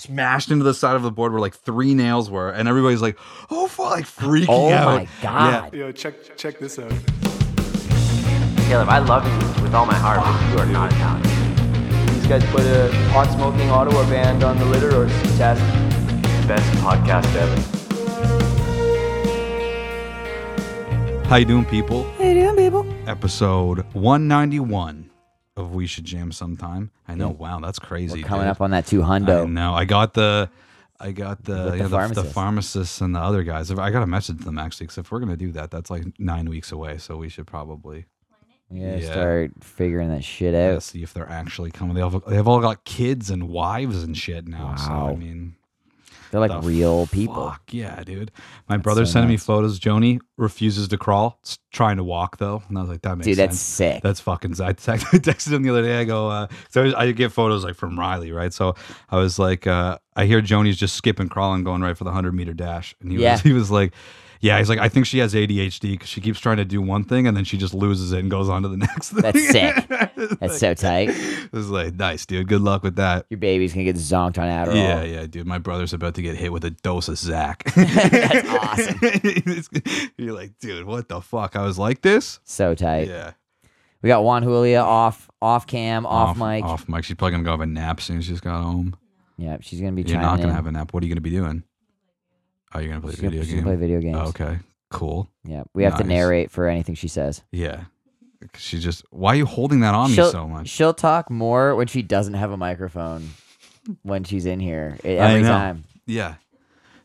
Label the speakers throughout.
Speaker 1: smashed into the side of the board where like three nails were, and everybody's like, "Oh, fuck," like freaking
Speaker 2: Oh
Speaker 1: out.
Speaker 2: my God.
Speaker 3: Yo, check check this out.
Speaker 4: Caleb, I love you with all my heart, but you are not Italian.
Speaker 5: These guys put a hot smoking Ottawa band on the litter or test.
Speaker 4: Best podcast ever.
Speaker 1: How you doing, people?
Speaker 6: How you doing, people?
Speaker 1: Episode one ninety one of We Should Jam sometime. I know. Wow, that's crazy.
Speaker 2: Mm. Coming
Speaker 1: dude.
Speaker 2: up on that two
Speaker 1: I
Speaker 2: hundo.
Speaker 1: know. I got the. I got the,
Speaker 2: the
Speaker 1: yeah, the, the
Speaker 2: pharmacist.
Speaker 1: pharmacists and the other guys. I got a message to them actually, because if we're gonna do that, that's like nine weeks away. So we should probably
Speaker 2: Yeah,
Speaker 1: Yeah.
Speaker 2: start figuring that shit
Speaker 1: yeah,
Speaker 2: out.
Speaker 1: see if they're actually coming. They all they've all got kids and wives and shit now. So I
Speaker 2: Wow.
Speaker 1: mean,
Speaker 2: They're like
Speaker 1: the
Speaker 2: real people.
Speaker 1: Fuck yeah, dude. My brother
Speaker 2: so
Speaker 1: sending me
Speaker 2: nuts.
Speaker 1: photos. Joni refuses to crawl, s- trying to walk though, and I was like, that makes
Speaker 2: Dude, that's
Speaker 1: sense.
Speaker 2: sick.
Speaker 1: That's fucking. I, text, I texted him the other day. I go, uh, so I, was- I get photos like from Riley, right? So I was like, uh, I hear Joni's just skipping, crawling, going right for the hundred meter dash, and he
Speaker 2: Yeah.
Speaker 1: was, he was like. Yeah, he's like, I think she has ADHD because she keeps trying to do one thing and then she just loses it and goes on to the next thing.
Speaker 2: That's sick.
Speaker 1: It's
Speaker 2: That's so tight.
Speaker 1: like- it's like, nice, dude. Good luck with that.
Speaker 2: Your baby's gonna get zonked on Adderall.
Speaker 1: Yeah, yeah, dude. My brother's about to get hit with a dose of Zach.
Speaker 2: That's awesome.
Speaker 1: You're like, dude, what the fuck? I was like this.
Speaker 2: So tight.
Speaker 1: Yeah,
Speaker 2: We got Juan Julia off off cam, off, mic.
Speaker 1: off mic. She's probably gonna go have a nap soon. She just got home.
Speaker 2: Yeah, she's gonna be
Speaker 1: You're
Speaker 2: trying
Speaker 1: not gonna have a nap. What are you gonna be doing? Oh, you're gonna play
Speaker 2: she's gonna,
Speaker 1: video
Speaker 2: she's
Speaker 1: game.
Speaker 2: gonna play video games.
Speaker 1: Oh, okay, cool.
Speaker 2: Yeah, we have to
Speaker 1: Nice.
Speaker 2: narrate for anything she says.
Speaker 1: Yeah, 'Cause she just. Why are you holding that on me
Speaker 2: she'll,
Speaker 1: so much?
Speaker 2: she'll talk more when she doesn't have a microphone when she's in here e-
Speaker 1: I
Speaker 2: every
Speaker 1: know.
Speaker 2: time.
Speaker 1: Yeah.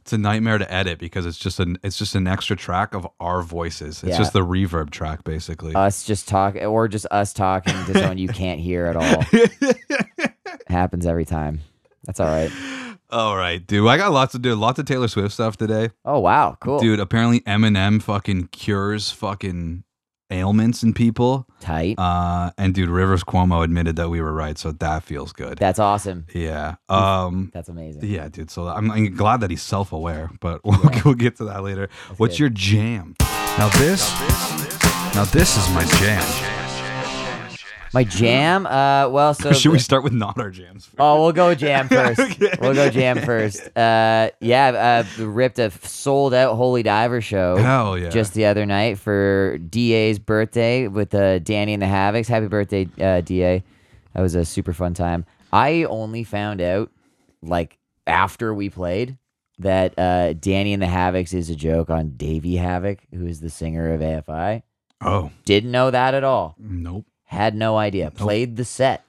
Speaker 1: It's a nightmare to edit because it's just an it's just an extra track of our voices. It's
Speaker 2: Yeah.
Speaker 1: just the reverb track basically.
Speaker 2: Us just talk, or just us talking to someone you can't hear at all. Happens every time. That's all right.
Speaker 1: All right, dude. I got lots to do. Lots of Taylor Swift stuff today.
Speaker 2: Oh wow, cool,
Speaker 1: Dude, apparently Eminem fucking cures fucking ailments in people.
Speaker 2: tight.
Speaker 1: Uh, and dude, Rivers Cuomo admitted that we were right, so that feels good.
Speaker 2: That's awesome.
Speaker 1: yeah. Um,
Speaker 2: That's amazing.
Speaker 1: yeah, dude. So I'm, I'm glad that he's self-aware, but we'll, we'll get to that later. What's
Speaker 2: good.
Speaker 1: your jam? Now this, now this is my jam.
Speaker 2: My jam. Uh, well, so
Speaker 1: Should we
Speaker 2: the-
Speaker 1: start with not our jams? first?
Speaker 2: Oh, we'll go jam first.
Speaker 1: Okay.
Speaker 2: We'll go jam first. Uh, yeah, uh, ripped a sold out Holy Diver show.
Speaker 1: Hell yeah.
Speaker 2: Just the other night for DA's birthday with uh, Danny and the Havocs. Happy birthday, uh, DA. That was a super fun time. I only found out, like, after we played that uh, Danny and the Havocs is a joke on Davey Havoc, who is the singer of AFI.
Speaker 1: oh,
Speaker 2: Didn't know that at all.
Speaker 1: nope.
Speaker 2: Had no idea. Played the set.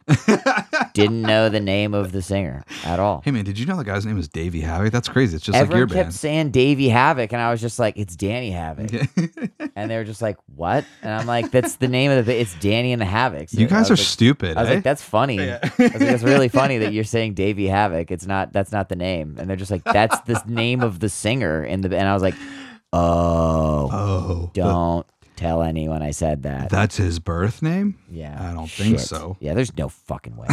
Speaker 2: Didn't know the name of the singer at all.
Speaker 1: Hey man, did you know the guy's name is Davey Havoc? That's crazy. It's just like your
Speaker 2: Everyone
Speaker 1: band.
Speaker 2: kept saying Davey Havoc, and I was just like, "It's Danny Havoc," and they were just like, "What?" And I'm like, "That's the name of the. It's Danny and the Havocs."
Speaker 1: You
Speaker 2: And I
Speaker 1: guys are
Speaker 2: was like-
Speaker 1: stupid.
Speaker 2: I was
Speaker 1: eh?
Speaker 2: like, "That's funny." I was like, "That's really funny that you're saying Davey Havoc. It's not. That's not the name." And they're just like, "That's the name of the singer." In the and I was like, "Oh,
Speaker 1: oh,
Speaker 2: don't tell anyone I said that."
Speaker 1: That's his birth name?
Speaker 2: Yeah.
Speaker 1: I don't think
Speaker 2: shit.
Speaker 1: so.
Speaker 2: Yeah, there's no fucking way.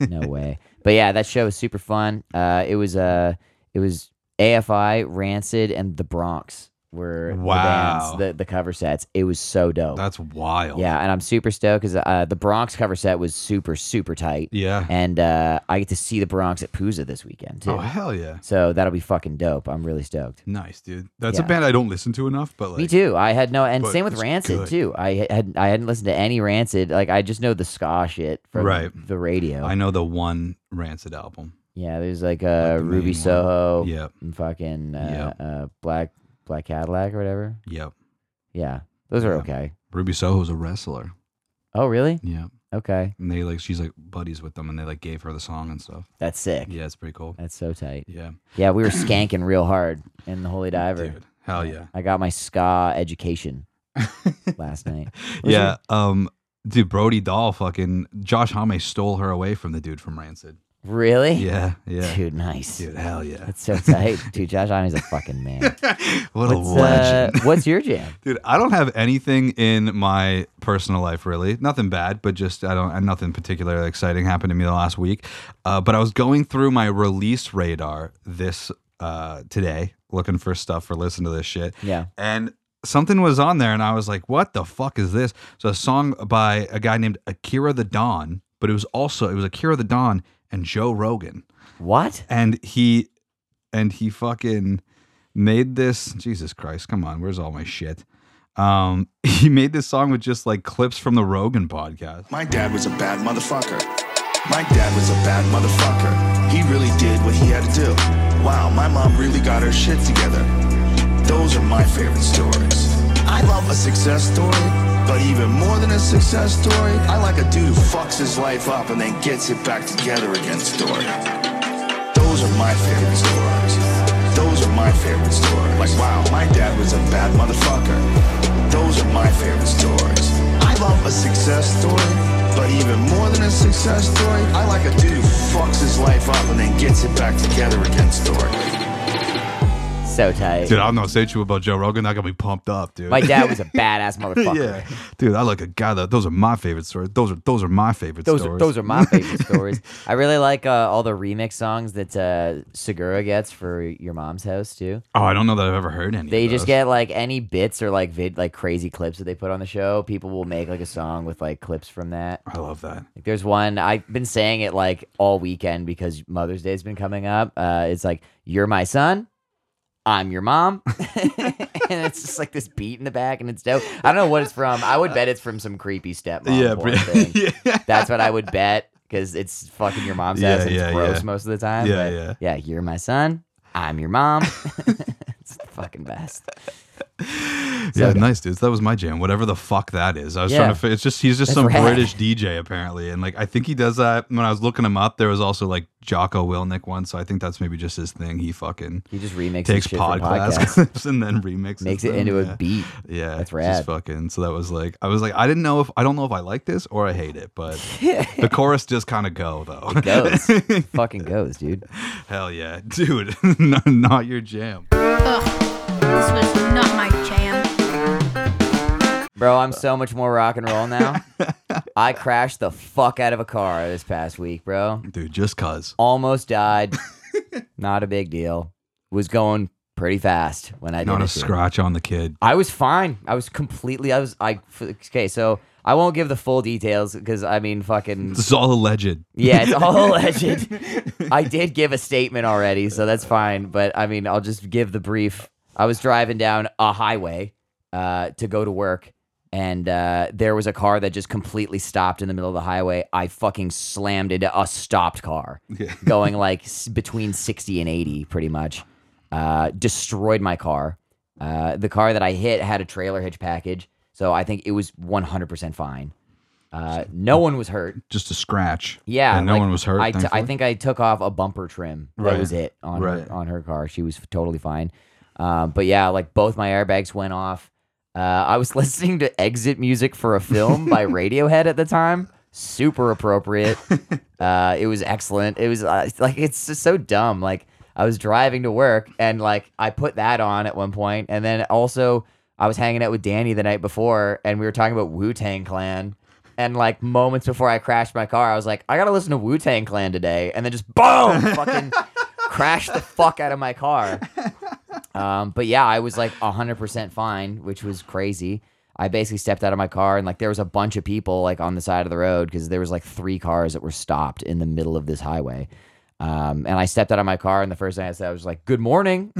Speaker 2: no way. But yeah, that show was super fun. Uh, it was uh, it was AFI, Rancid, and The Bronx were
Speaker 1: Wow.
Speaker 2: the, bands, the the cover sets. It was so dope.
Speaker 1: That's wild.
Speaker 2: Oh. yeah, and I'm super stoked because uh, the Bronx cover set was super super tight,
Speaker 1: Yeah.
Speaker 2: and uh, I get to see the Bronx at Pooza this weekend too.
Speaker 1: Oh hell yeah.
Speaker 2: So that'll be fucking dope. I'm really stoked.
Speaker 1: Nice, dude. That's a
Speaker 2: Yeah.
Speaker 1: band I don't listen to enough, but like
Speaker 2: Me too. I had no, and
Speaker 1: But
Speaker 2: same with
Speaker 1: it's
Speaker 2: Rancid
Speaker 1: good.
Speaker 2: too. I had I hadn't listened to any Rancid. Like I just know the ska shit from
Speaker 1: Right.
Speaker 2: the radio.
Speaker 1: I know the one Rancid album.
Speaker 2: yeah, there's like uh,
Speaker 1: the main
Speaker 2: Ruby
Speaker 1: one.
Speaker 2: Soho,
Speaker 1: Yep.
Speaker 2: and fucking uh, uh, Black Black Cadillac or whatever.
Speaker 1: Yep.
Speaker 2: Yeah, those are
Speaker 1: Yeah.
Speaker 2: okay.
Speaker 1: Ruby Soho's a wrestler.
Speaker 2: Oh really?
Speaker 1: Yeah.
Speaker 2: Okay,
Speaker 1: And they like she's like buddies with them and they like gave her the song and stuff.
Speaker 2: that's sick.
Speaker 1: Yeah, it's pretty cool.
Speaker 2: That's so tight.
Speaker 1: Yeah.
Speaker 2: Yeah, we were skanking real hard in the Holy Diver.
Speaker 1: Dude. Hell yeah.
Speaker 2: I got my ska education last night. Was
Speaker 1: Yeah. Um dude, Brody Dahl fucking Josh Homme stole her away from the dude from Rancid.
Speaker 2: it- Really?
Speaker 1: Yeah. Yeah.
Speaker 2: Dude, nice.
Speaker 1: Dude, hell yeah.
Speaker 2: That's so tight. Dude, Josh Ivy's a fucking man.
Speaker 1: What a
Speaker 2: What's, uh,
Speaker 1: legend.
Speaker 2: what's your jam?
Speaker 1: Dude, I don't have anything in my personal life really. Nothing bad, but just I don't and nothing particularly exciting happened to me the last week. Uh, but I was going through my release radar this uh, today, looking for stuff for listen to this shit.
Speaker 2: Yeah.
Speaker 1: And something was on there, and I was like, "What the fuck is this?" So a song by a guy named Akira the Don, but it was also it was Akira the Don and Joe Rogan.
Speaker 2: What?
Speaker 1: and he and he fucking made this jesus christ come on where's all my shit um he made this song with just like clips from the rogan podcast
Speaker 3: My dad was a bad motherfucker. My dad was a bad motherfucker. He really did what he had to do. Wow, my mom really got her shit together. Those are my favorite stories. I love a success story, but even more than a success story, I like a dude who fucks his life up and then gets it back together again story. Those are my favorite stories. Those are my favorite stories. Like, wow, my dad was a bad motherfucker. Those are my favorite stories. I love a success story, but even more than a success story, I like a dude who fucks his life up and then gets it back together again story.
Speaker 2: So tight.
Speaker 1: dude i don't know say to you about joe rogan that got me pumped up dude
Speaker 2: My dad was a badass motherfucker.
Speaker 1: yeah dude i like a guy that those are my favorite stories those are those are my favorite
Speaker 2: Those
Speaker 1: stories
Speaker 2: are those are my favorite stories. I really like uh, all the remix songs that uh, Segura gets for your mom's house too.
Speaker 1: oh i don't know that i've ever heard any
Speaker 2: They
Speaker 1: of
Speaker 2: just
Speaker 1: those.
Speaker 2: get like any bits or like vid like crazy clips that they put on the show. People will make like a song with like clips from that.
Speaker 1: i love that
Speaker 2: Like, there's one I've been saying it like all weekend because Mother's Day's been coming up. Uh, it's like you're my son, I'm your mom, and it's just like this beat in the back, and it's dope. I don't know what it's from. I would bet it's from some creepy stepmom
Speaker 1: yeah,
Speaker 2: porn
Speaker 1: pre-
Speaker 2: thing.
Speaker 1: yeah
Speaker 2: That's what I would bet because it's fucking your mom's
Speaker 1: Yeah,
Speaker 2: ass. And
Speaker 1: yeah,
Speaker 2: it's gross
Speaker 1: yeah.
Speaker 2: most of the time.
Speaker 1: Yeah,
Speaker 2: but
Speaker 1: yeah.
Speaker 2: yeah. You're my son. I'm your mom. it's the fucking best.
Speaker 1: yeah,
Speaker 2: good.
Speaker 1: nice dudes. That was my jam. Whatever the fuck that is. I was
Speaker 2: Yeah.
Speaker 1: trying to. fi- It's just he's just
Speaker 2: That's
Speaker 1: some
Speaker 2: rad.
Speaker 1: British DJ apparently, and like I think he does that. When I was looking him up, there was also like Jocko Wilnick one, so I think that's maybe just his thing. He fucking
Speaker 2: He just remixes
Speaker 1: takes
Speaker 2: shit
Speaker 1: pod
Speaker 2: from podcasts,
Speaker 1: class clips and then remixes,
Speaker 2: makes it
Speaker 1: them.
Speaker 2: into
Speaker 1: yeah.
Speaker 2: a beat.
Speaker 1: Yeah,
Speaker 2: That's
Speaker 1: just
Speaker 2: rad.
Speaker 1: fucking. So that was like I was like I didn't know if I don't know if I like this or I hate it, but the chorus does kind of go though.
Speaker 2: Goes, fucking goes, dude.
Speaker 1: Hell yeah, dude, not, not your jam.
Speaker 6: This was not my jam.
Speaker 2: Bro, I'm so much more rock and roll now. I crashed the fuck out of a car this past week, bro.
Speaker 1: Dude, just cuz.
Speaker 2: Almost died. Not a big deal. Was going pretty fast when I did
Speaker 1: Not a
Speaker 2: it, dude.
Speaker 1: scratch on the kid.
Speaker 2: I was fine. I was completely. I was. I f- okay. So I won't give the full details because I mean, fucking
Speaker 1: This is all alleged.
Speaker 2: yeah, it's all alleged. I did give a statement already, so that's fine. But I mean, I'll just give the brief. I was driving down a highway uh, to go to work, and uh, there was a car that just completely stopped in the middle of the highway. I fucking slammed into a stopped car, going like s- between sixty and eighty, pretty much. Uh, destroyed my car. Uh, the car that I hit had a trailer hitch package, so I think it was one hundred percent fine. Uh, no one was hurt.
Speaker 1: just a scratch.
Speaker 2: Yeah,
Speaker 1: and no
Speaker 2: like,
Speaker 1: one was hurt.
Speaker 2: I, t- I
Speaker 1: thankfully.
Speaker 2: think I took off a bumper trim. That
Speaker 1: Right.
Speaker 2: was it on
Speaker 1: Right.
Speaker 2: her, on her car. She was totally fine. Um, but yeah, like both my airbags went off. Uh, I was listening to exit music for a film by Radiohead at the time. Super appropriate. uh, it was excellent. It was uh, like it's just so dumb. Like I was driving to work and like I put that on at one point, and then also I was hanging out with Danny the night before, and we were talking about Wu Tang Clan. And like moments before I crashed my car, I was like, I gotta listen to Wu Tang Clan today, and then just boom, fucking crashed the fuck out of my car. Um, but yeah, I was like 100% fine, which was crazy. I basically stepped out of my car and like there was a bunch of people like on the side of the road because there was like three cars that were stopped in the middle of this highway. Um, and I stepped out of my car and the first thing I said I was like, "Good morning,"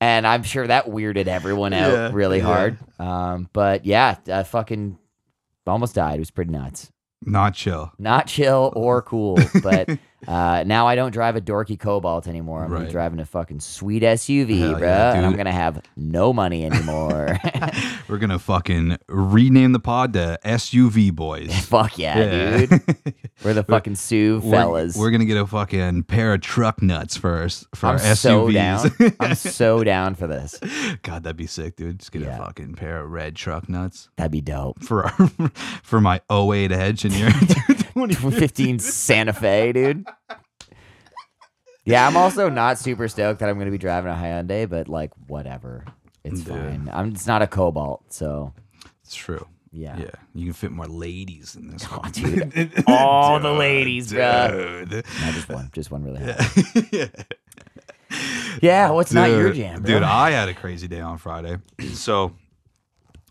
Speaker 2: and I'm sure that weirded everyone out
Speaker 1: Yeah,
Speaker 2: really
Speaker 1: yeah.
Speaker 2: hard. Um, but yeah, I fucking almost died. It was pretty nuts
Speaker 1: not chill.
Speaker 2: not chill or cool. But uh, now I don't drive a dorky Cobalt anymore. I'm gonna be
Speaker 1: Right.
Speaker 2: driving a fucking sweet SUV,
Speaker 1: Hell
Speaker 2: bro,
Speaker 1: yeah,
Speaker 2: and I'm
Speaker 1: dude.
Speaker 2: gonna have no money anymore.
Speaker 1: We're gonna fucking rename the pod to SUV Boys.
Speaker 2: Fuck yeah,
Speaker 1: Yeah.
Speaker 2: dude. We're the fucking Sioux
Speaker 1: We're-
Speaker 2: fellas.
Speaker 1: We're, gonna get a fucking pair of truck nuts first for
Speaker 2: I'm
Speaker 1: our SUVs.
Speaker 2: so down. I'm so down for this.
Speaker 1: God, that'd be sick, dude. Just get
Speaker 2: Yeah.
Speaker 1: a fucking pair of red truck nuts
Speaker 2: That'd be dope.
Speaker 1: for our for my 08 Edge in your
Speaker 2: 15 Santa Fe, dude. Yeah, I'm also not super stoked that I'm gonna be driving a Hyundai, but like whatever. It's fine. I'm it's not a cobalt, so
Speaker 1: It's true.
Speaker 2: Yeah.
Speaker 1: Yeah. You can fit more ladies in this one.
Speaker 2: dude. All the ladies, bro.
Speaker 1: Dude.
Speaker 2: No, just one. Just one really hot. yeah, what's not your
Speaker 1: Dude,
Speaker 2: jam, bro?
Speaker 1: dude. I had a crazy day on Friday. So,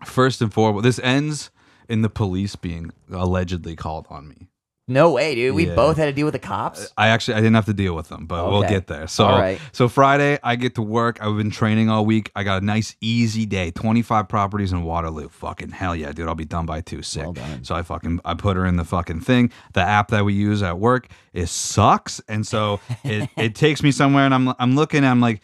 Speaker 1: first and foremost, this ends in the police being allegedly called on me.
Speaker 2: no way, dude. We
Speaker 1: Yeah.
Speaker 2: both had to deal with the cops.
Speaker 1: I actually I didn't have to deal with them, but we'll
Speaker 2: Okay.
Speaker 1: get there. So
Speaker 2: All right.
Speaker 1: so Friday I get to work. I've been training all week. I got a nice easy day. Twenty five properties in Waterloo. Fucking hell yeah, dude! I'll be done by two sick. so I fucking I put her in the fucking thing. The app that we use at work it sucks, and so it it takes me somewhere, and I'm I'm looking, I'm like.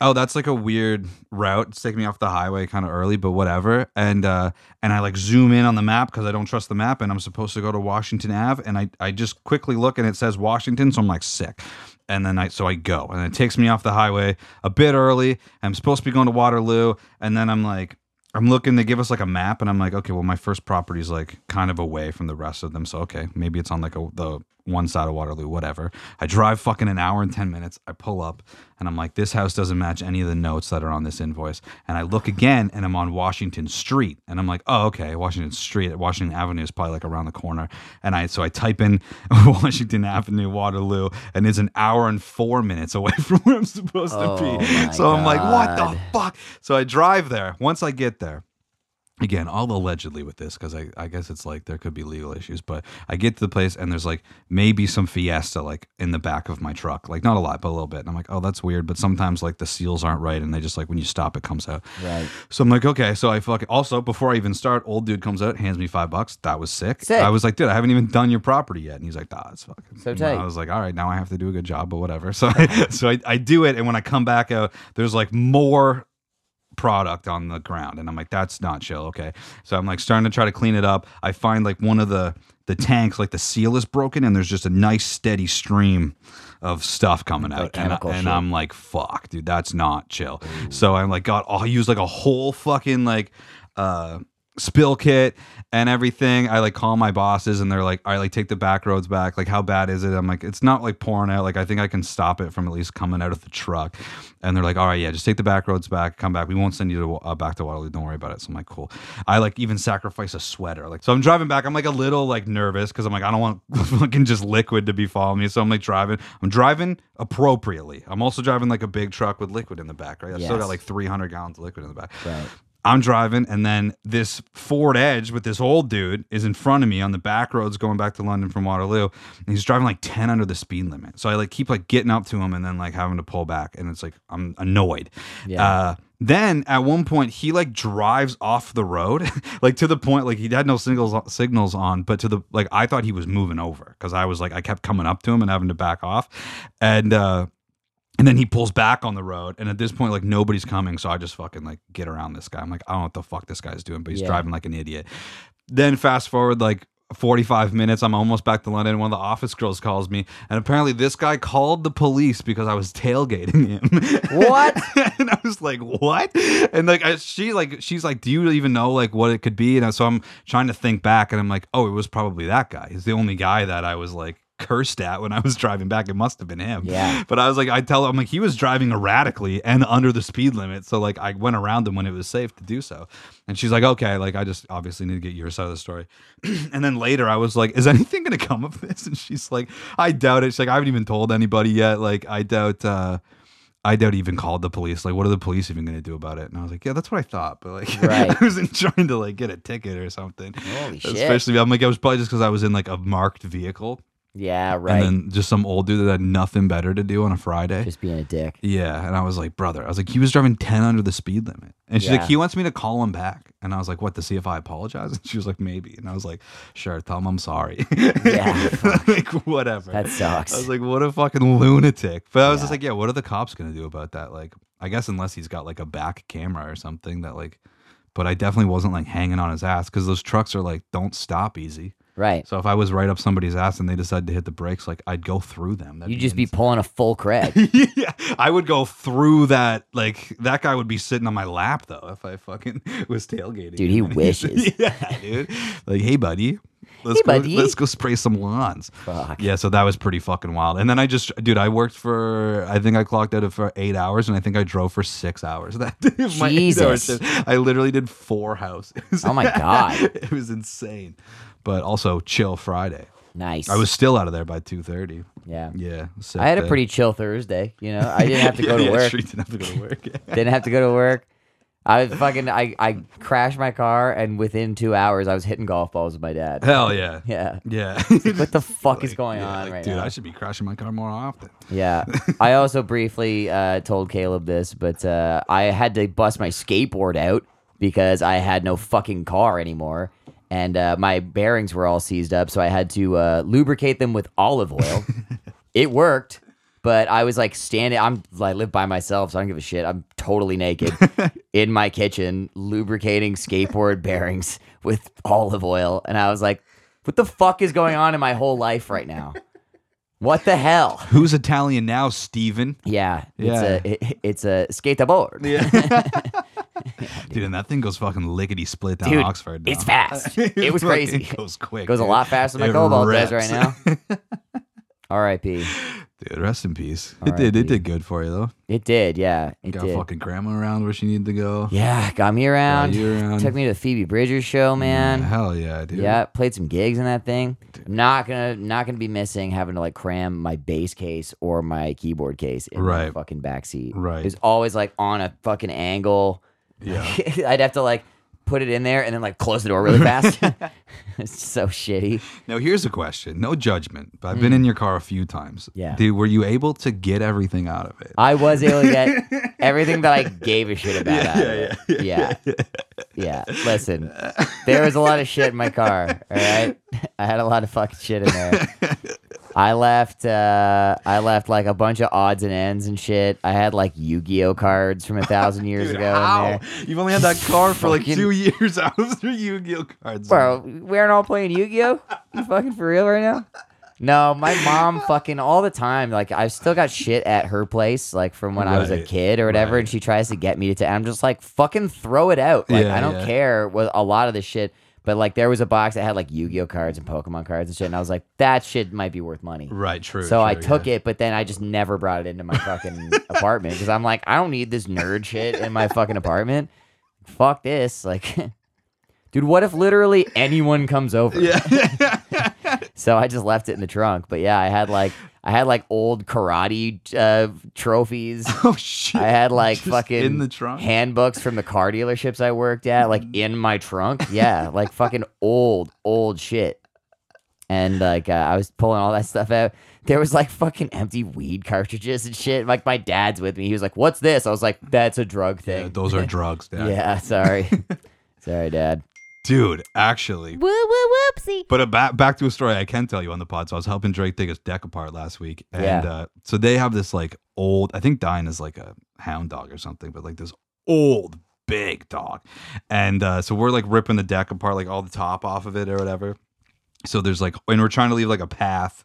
Speaker 1: Oh, that's like a weird route. It's taking me off the highway kind of early, but whatever. And uh, and I like zoom in on the map because I don't trust the map. And I'm supposed to go to Washington Ave, and I I just quickly look and it says Washington, so I'm like sick. And then I so I go, and it takes me off the highway a bit early. I'm supposed to be going to Waterloo, and then I'm like. I'm looking to give us like a map, and I'm like, okay, well, my first property's like kind of away from the rest of them, so okay, maybe it's on like a, the one side of Waterloo, whatever. I drive fucking an hour and ten minutes. I pull up, and I'm like, this house doesn't match any of the notes that are on this invoice. And I look again, and I'm on Washington Street, and I'm like, oh, okay, Washington Street, Washington Avenue is probably like around the corner. And I so I type in Washington Avenue, Waterloo, and it's an hour and four minutes away from where I'm supposed
Speaker 2: Oh,
Speaker 1: to be.
Speaker 2: my
Speaker 1: So I'm like, what the
Speaker 2: God.
Speaker 1: fuck? So I drive there. Once I get there, again, all allegedly with this, because I, I guess it's like there could be legal issues, but I get to the place and there's like maybe some fiesta like in the back of my truck. Like not a lot, but a little bit. And I'm like, oh, that's weird. But sometimes like the seals aren't right and they just like when you stop, it comes out.
Speaker 2: Right.
Speaker 1: So I'm like, okay. So I fucking also before I even start, old dude comes out, hands me five bucks. That was sick.
Speaker 2: Sick.
Speaker 1: I was like, dude, I haven't even done your property yet. And he's like, nah, it's fucking
Speaker 2: So tight.
Speaker 1: I was like, all right, now I have to do a good job, but whatever. So I, so I, I do it, and when I come back out, there's like more product on the ground and i'm like that's not chill okay so i'm like starting to try to clean it up i find like one of the the tanks like the seal is broken and there's just a nice steady stream of stuff coming out and, I,
Speaker 2: chemical
Speaker 1: and
Speaker 2: shit.
Speaker 1: i'm like fuck dude that's not chill so i'm like god i'll use like a whole fucking like uh spill kit and everything i like call my bosses and they're like all right like take the back roads back like how bad is it i'm like it's not like pouring out like i think i can stop it from at least coming out of the truck and they're like all right yeah just take the back roads back come back we won't send you to, uh, back to waterloo don't worry about it so i'm like cool i like even sacrifice a sweater like so i'm driving back i'm like a little like nervous because i'm like i don't want fucking just liquid to be following me so i'm like driving i'm driving appropriately i'm also driving like a big truck with liquid in the back right i still
Speaker 2: Yes.
Speaker 1: got like 300 gallons of liquid in the back
Speaker 2: Right.
Speaker 1: I'm driving, and then this Ford Edge with this old dude is in front of me on the back roads going back to London from Waterloo. And he's driving like 10 under the speed limit. So I like keep like getting up to him and then like having to pull back. And it's like, I'm annoyed.
Speaker 2: Yeah.
Speaker 1: Uh, then at one point he like drives off the road, like to the point like he had no signals signals on, but to the like I thought he was moving over because I was like I kept coming up to him and having to back off, and uh, and then he pulls back on the road, and at this point, like nobody's coming, so I just fucking like get around this guy. I'm like, I don't know what the fuck this guy's doing, but he's
Speaker 2: Yeah.
Speaker 1: driving like an idiot. Then fast forward like 45 minutes, I'm almost back to London. One of the office girls calls me, and apparently this guy called the police because I was tailgating him.
Speaker 2: What?
Speaker 1: and I was like, "What?" And like, I, she like, she's like, "Do you even know like what it could be?" And I- so I'm trying to think back, and I'm like, "Oh, it was probably that guy. He's the only guy that I was like cursed at when I was driving back. It must have been him."
Speaker 2: Yeah.
Speaker 1: But I was like, I tell, I'm like, he was driving erratically and under the speed limit, so like, I went around him when it was safe to do so. And she's like, "Okay, like, I just obviously need to get your side of the story." and then later, I was like, "Is anything going to come of this?" And she's like, "I doubt it." She's like, "I haven't even told anybody yet. Like, I doubt." uh I doubt he even called the police. Like, what are the police even going to do about it? And I was like, yeah, that's what I thought, but like,
Speaker 2: Right.
Speaker 1: I wasn't trying to like get a ticket or something.
Speaker 2: Holy shit.
Speaker 1: Especially, I'm like, I was probably just because I was in like a marked vehicle,
Speaker 2: Yeah,
Speaker 1: and
Speaker 2: right.
Speaker 1: then just some old dude that had nothing better to do on a Friday.
Speaker 2: Just being a dick.
Speaker 1: yeah, and I was like, brother, I was like, he was driving ten under the speed limit, and she's
Speaker 2: Yeah.
Speaker 1: like, he wants me to call him back, and I was like, what to see if I apologize? And she was like, maybe, and I was like, sure, tell him I'm sorry.
Speaker 2: Yeah,
Speaker 1: like whatever.
Speaker 2: That sucks.
Speaker 1: I was like, what a fucking lunatic. But I was just
Speaker 2: Yeah.
Speaker 1: like, yeah, what are the cops gonna do about that? Like, I guess unless he's got like a back camera or something that like. But I definitely wasn't like hanging on his ass because those trucks are like don't stop easy.
Speaker 2: Right.
Speaker 1: So if I was right up somebody's ass and they decided to hit the brakes, like I'd go through them. That'd
Speaker 2: You'd just be
Speaker 1: insane.
Speaker 2: pulling a full cred.
Speaker 1: yeah, I would go through that. Like that guy would be sitting on my lap though if I fucking was tailgating.
Speaker 2: Dude, he
Speaker 1: him.
Speaker 2: wishes.
Speaker 1: yeah, dude. Like, hey, buddy. Let's
Speaker 2: Hey,
Speaker 1: go,
Speaker 2: buddy.
Speaker 1: Let's go spray some lawns.
Speaker 2: Fuck.
Speaker 1: Yeah, so that was pretty fucking wild. And then I just, dude, I worked for, I think I clocked out for eight hours, and I think I drove for six hours. That day of my eight hour
Speaker 2: Jesus.
Speaker 1: shift. I literally did four houses.
Speaker 2: Oh my God.
Speaker 1: it was insane. But also, chill Friday.
Speaker 2: Nice.
Speaker 1: I was still out of there by two thirty.
Speaker 2: Yeah.
Speaker 1: Yeah, sick
Speaker 2: I had a
Speaker 1: day.
Speaker 2: pretty chill Thursday. You know, I didn't have to
Speaker 1: Yeah,
Speaker 2: go to
Speaker 1: yeah,
Speaker 2: work.
Speaker 1: sure, you didn't have to go to work.
Speaker 2: Didn't have to go to work. I was fucking I, I crashed my car and within two hours I was hitting golf balls with my dad.
Speaker 1: Hell yeah.
Speaker 2: Yeah.
Speaker 1: Yeah.
Speaker 2: What the fuck is
Speaker 1: Like,
Speaker 2: going
Speaker 1: yeah,
Speaker 2: on
Speaker 1: like,
Speaker 2: right
Speaker 1: dude,
Speaker 2: now?
Speaker 1: I should be crashing my car more often.
Speaker 2: Yeah. I also briefly uh, told Caleb this, but uh, I had to bust my skateboard out because I had no fucking car anymore. And uh, my bearings were all seized up. So I had to uh, lubricate them with olive oil. it worked. But I was like standing. I'm I live by myself, so I don't give a shit. I'm totally naked in my kitchen, lubricating skateboard bearings with olive oil, and I was like, "What the fuck is going on in my whole life right now? What the hell?"
Speaker 1: Who's Italian now, Steven?
Speaker 2: Yeah,
Speaker 1: Yeah.
Speaker 2: it's a it, it's a skateboard.
Speaker 1: Yeah. dude, and that thing goes fucking lickety split down
Speaker 2: Dude,
Speaker 1: Oxford.
Speaker 2: it's
Speaker 1: now.
Speaker 2: fast. It was
Speaker 1: fucking
Speaker 2: crazy.
Speaker 1: goes quick.
Speaker 2: It goes a
Speaker 1: dude.
Speaker 2: lot faster than
Speaker 1: It
Speaker 2: my cobalt does right
Speaker 1: rips.
Speaker 2: now. R.I.P.
Speaker 1: Dude, rest in peace. It did. It
Speaker 2: R.I.P..
Speaker 1: did good for you though.
Speaker 2: It did, yeah, it
Speaker 1: Got
Speaker 2: did.
Speaker 1: fucking grandma around where she needed to go.
Speaker 2: Yeah, got me around.
Speaker 1: you around.
Speaker 2: Took me to the Phoebe Bridgers show, man.
Speaker 1: Hell yeah, dude.
Speaker 2: Yeah, played some gigs in that thing. I'm not gonna not gonna be missing having to like cram my bass case or my keyboard case in my
Speaker 1: Right.
Speaker 2: fucking backseat.
Speaker 1: Right.
Speaker 2: It's always like on a fucking angle.
Speaker 1: Yeah.
Speaker 2: I'd have to like put it in there and then like close the door really fast. it's so shitty.
Speaker 1: Now here's a question. No judgment, but I've been in your car a few times.
Speaker 2: Hmm. Yeah.
Speaker 1: Dude, were you able to get everything out of it?
Speaker 2: I was able to get everything that I gave a shit about. out of it. Yeah, yeah, Listen, there was a lot of shit in my car. All right, I had a lot of fucking shit in there. I left. Uh, I left like a bunch of odds and ends and shit. I had like Yu-Gi-Oh cards from a thousand years
Speaker 1: Dude,
Speaker 2: ago.
Speaker 1: how?
Speaker 2: In there.
Speaker 1: You've only had that car for like
Speaker 2: Fucking-
Speaker 1: two years. I was through Yu-Gi-Oh cards.
Speaker 2: Bro, we aren't all playing Yu-Gi-Oh. You fucking for real right now? No, my mom fucking all the time. Like I've still got shit at her place, like from when I was a
Speaker 1: Right,
Speaker 2: kid or whatever, and she tries to get me to. T- I'm just like fucking throw it out. Like
Speaker 1: Yeah,
Speaker 2: I don't
Speaker 1: yeah.
Speaker 2: care with a lot of this shit. But like there was a box that had like Yu-Gi-Oh cards and Pokemon cards and shit, and I was like, that shit might be worth money.
Speaker 1: Right, true.
Speaker 2: So I took it, but then I just never brought it into my fucking apartment because I'm like, I don't need this nerd shit in my fucking apartment. Fuck this. Like, dude, what if literally anyone comes over?
Speaker 1: Yeah.
Speaker 2: So I just left it in the trunk. But yeah, I had like, I had like old karate uh, trophies.
Speaker 1: oh shit.
Speaker 2: I had like
Speaker 1: Just
Speaker 2: fucking
Speaker 1: in the trunk.
Speaker 2: handbooks from the car dealerships I worked at, like in my trunk. Yeah, like fucking old, old shit. And like uh, I was pulling all that stuff out. There was like fucking empty weed cartridges and shit. Like my dad's with me. He was like, "What's this?" I was like, "That's a drug
Speaker 1: Yeah,
Speaker 2: thing."
Speaker 1: those are drugs, Dad.
Speaker 2: yeah sorry, sorry, dad.
Speaker 1: Dude, actually.
Speaker 6: Woo woo whoopsie.
Speaker 1: But a ba- back to a story I can tell you on the pod. So I was helping Drake take his deck apart last week. And
Speaker 2: Yeah.
Speaker 1: uh, so they have this like old, I think Dine is like a hound dog or something, but like this old, big dog. And uh, so we're like ripping the deck apart, like all the top off of it or whatever. So there's like, and we're trying to leave like a path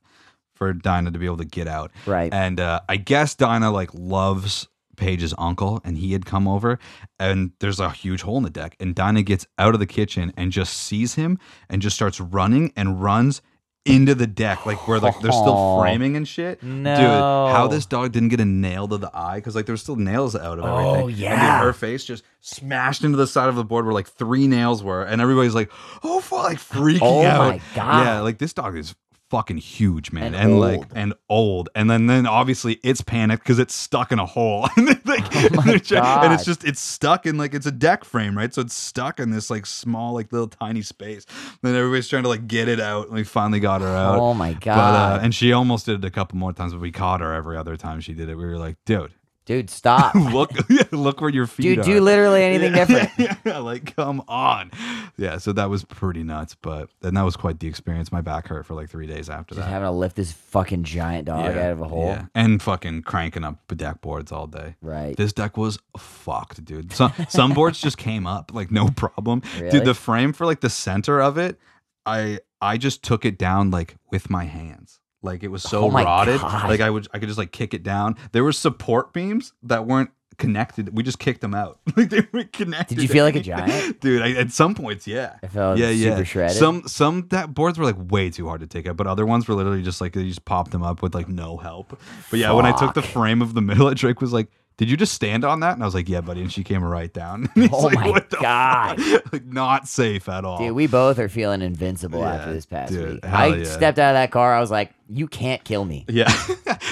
Speaker 1: for Dinah to be able to get out.
Speaker 2: Right.
Speaker 1: And uh, I guess Dinah like loves Paige's uncle, and he had come over, and there's a huge hole in the deck, and Dinah gets out of the kitchen and just sees him, and just starts running and runs into the deck, like where like they're still
Speaker 2: Aw.
Speaker 1: framing and shit. Dude,
Speaker 2: No.
Speaker 1: how this dog didn't get a nail to the eye because like there's still nails out of
Speaker 2: Oh,
Speaker 1: everything. And dude,
Speaker 2: yeah.
Speaker 1: her face just smashed into the side of the board where like three nails were, and everybody's like, oh fuck, like freaking
Speaker 2: Oh, my
Speaker 1: out.
Speaker 2: God.
Speaker 1: Yeah, like this dog is fucking huge, man,
Speaker 2: And
Speaker 1: and, like
Speaker 2: old.
Speaker 1: and old, and then then obviously it's panicked because it's stuck in a hole, and then, like they're try- and it's
Speaker 2: Oh God.
Speaker 1: just it's stuck in like it's a deck frame, right? So it's stuck in this like small like little tiny space. Then everybody's trying to like get it out, and we finally got her out.
Speaker 2: Oh my
Speaker 1: But uh,
Speaker 2: god,
Speaker 1: and she almost did it a couple more times, but we caught her every other time she did it. We were like, dude,
Speaker 2: dude, stop,
Speaker 1: look look where your feet
Speaker 2: dude,
Speaker 1: are.
Speaker 2: do literally anything
Speaker 1: Yeah,
Speaker 2: different.
Speaker 1: Yeah, yeah, like come on. Yeah, so that was pretty nuts, but and that was quite the experience. My back hurt for like three days after
Speaker 2: Just
Speaker 1: that.
Speaker 2: having to lift this fucking giant dog
Speaker 1: Yeah,
Speaker 2: out of a hole.
Speaker 1: yeah. and fucking cranking up the deck boards all day.
Speaker 2: Right.
Speaker 1: This deck was fucked, dude. Some some boards just came up like no problem.
Speaker 2: Really?
Speaker 1: Dude, the frame for like the center of it, I I just took it down like with my hands. Like it was so
Speaker 2: Oh my
Speaker 1: rotted.
Speaker 2: God.
Speaker 1: Like I would I could just like kick it down. There were support beams that weren't connected. We just kicked them out. Like they were connected.
Speaker 2: Did you
Speaker 1: to
Speaker 2: feel like a
Speaker 1: anything.
Speaker 2: giant?
Speaker 1: Dude, I, at some points, yeah.
Speaker 2: I felt
Speaker 1: yeah, yeah.
Speaker 2: super shredded.
Speaker 1: Some some that boards were like way too hard to take out, but other ones were literally just like they just popped them up with like no help. But yeah, when I took the
Speaker 2: Fuck.
Speaker 1: frame of the middle, Drake was like, "Did you just stand on that?" And I was like, "Yeah, buddy." And she came right down. And he's
Speaker 2: Oh
Speaker 1: like,
Speaker 2: my
Speaker 1: "What the fuck?"
Speaker 2: God.
Speaker 1: like not safe at all.
Speaker 2: Dude, we both are feeling invincible after
Speaker 1: Yeah,
Speaker 2: this past
Speaker 1: dude,
Speaker 2: week.
Speaker 1: hell
Speaker 2: I
Speaker 1: yeah.
Speaker 2: stepped out of that car. I was like, "You can't kill me."
Speaker 1: yeah.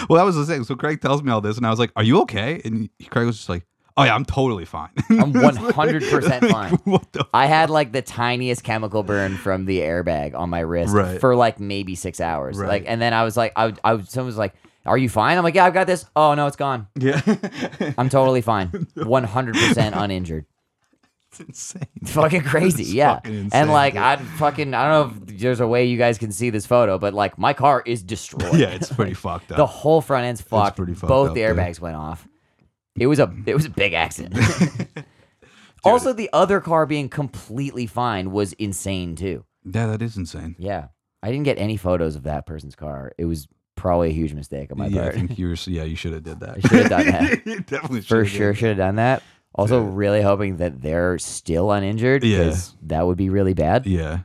Speaker 1: well, that was the thing. So Craig tells me all this, and I was like, "Are you okay?" And he- Craig was just like. Oh yeah, I'm totally fine.
Speaker 2: I'm 100% fine.
Speaker 1: what the?
Speaker 2: I had like the tiniest chemical burn from the airbag on my wrist
Speaker 1: Right.
Speaker 2: for like maybe six hours.
Speaker 1: Right.
Speaker 2: Like, and then I was like, I, would- I was, someone was like, "Are you fine?" I'm like, "Yeah, I've got this." Oh no, it's gone.
Speaker 1: Yeah,
Speaker 2: I'm totally fine. 100% uninjured.
Speaker 1: it's insane.
Speaker 2: Fucking crazy,
Speaker 1: It's
Speaker 2: yeah.
Speaker 1: fucking insane,
Speaker 2: and like,
Speaker 1: dude.
Speaker 2: I fucking, I don't know if there's a way you guys can see this photo, but like, my car is destroyed.
Speaker 1: Yeah, it's pretty fucked up.
Speaker 2: The whole front end's fucked.
Speaker 1: pretty fucked
Speaker 2: Both
Speaker 1: up,
Speaker 2: the
Speaker 1: dude.
Speaker 2: airbags went off. It was a it was a big accident. also, the other car being completely fine was insane too.
Speaker 1: yeah, that is insane.
Speaker 2: Yeah, I didn't get any photos of that person's car. It was probably a huge mistake on my
Speaker 1: yeah,
Speaker 2: part.
Speaker 1: I think you were. s- Yeah, you should have did that.
Speaker 2: I should have done that.
Speaker 1: You definitely shoulda
Speaker 2: For
Speaker 1: did
Speaker 2: sure,
Speaker 1: that.
Speaker 2: should have done that. Also, really hoping that they're still uninjured
Speaker 1: Yeah.
Speaker 2: because that would be really bad.
Speaker 1: Yeah,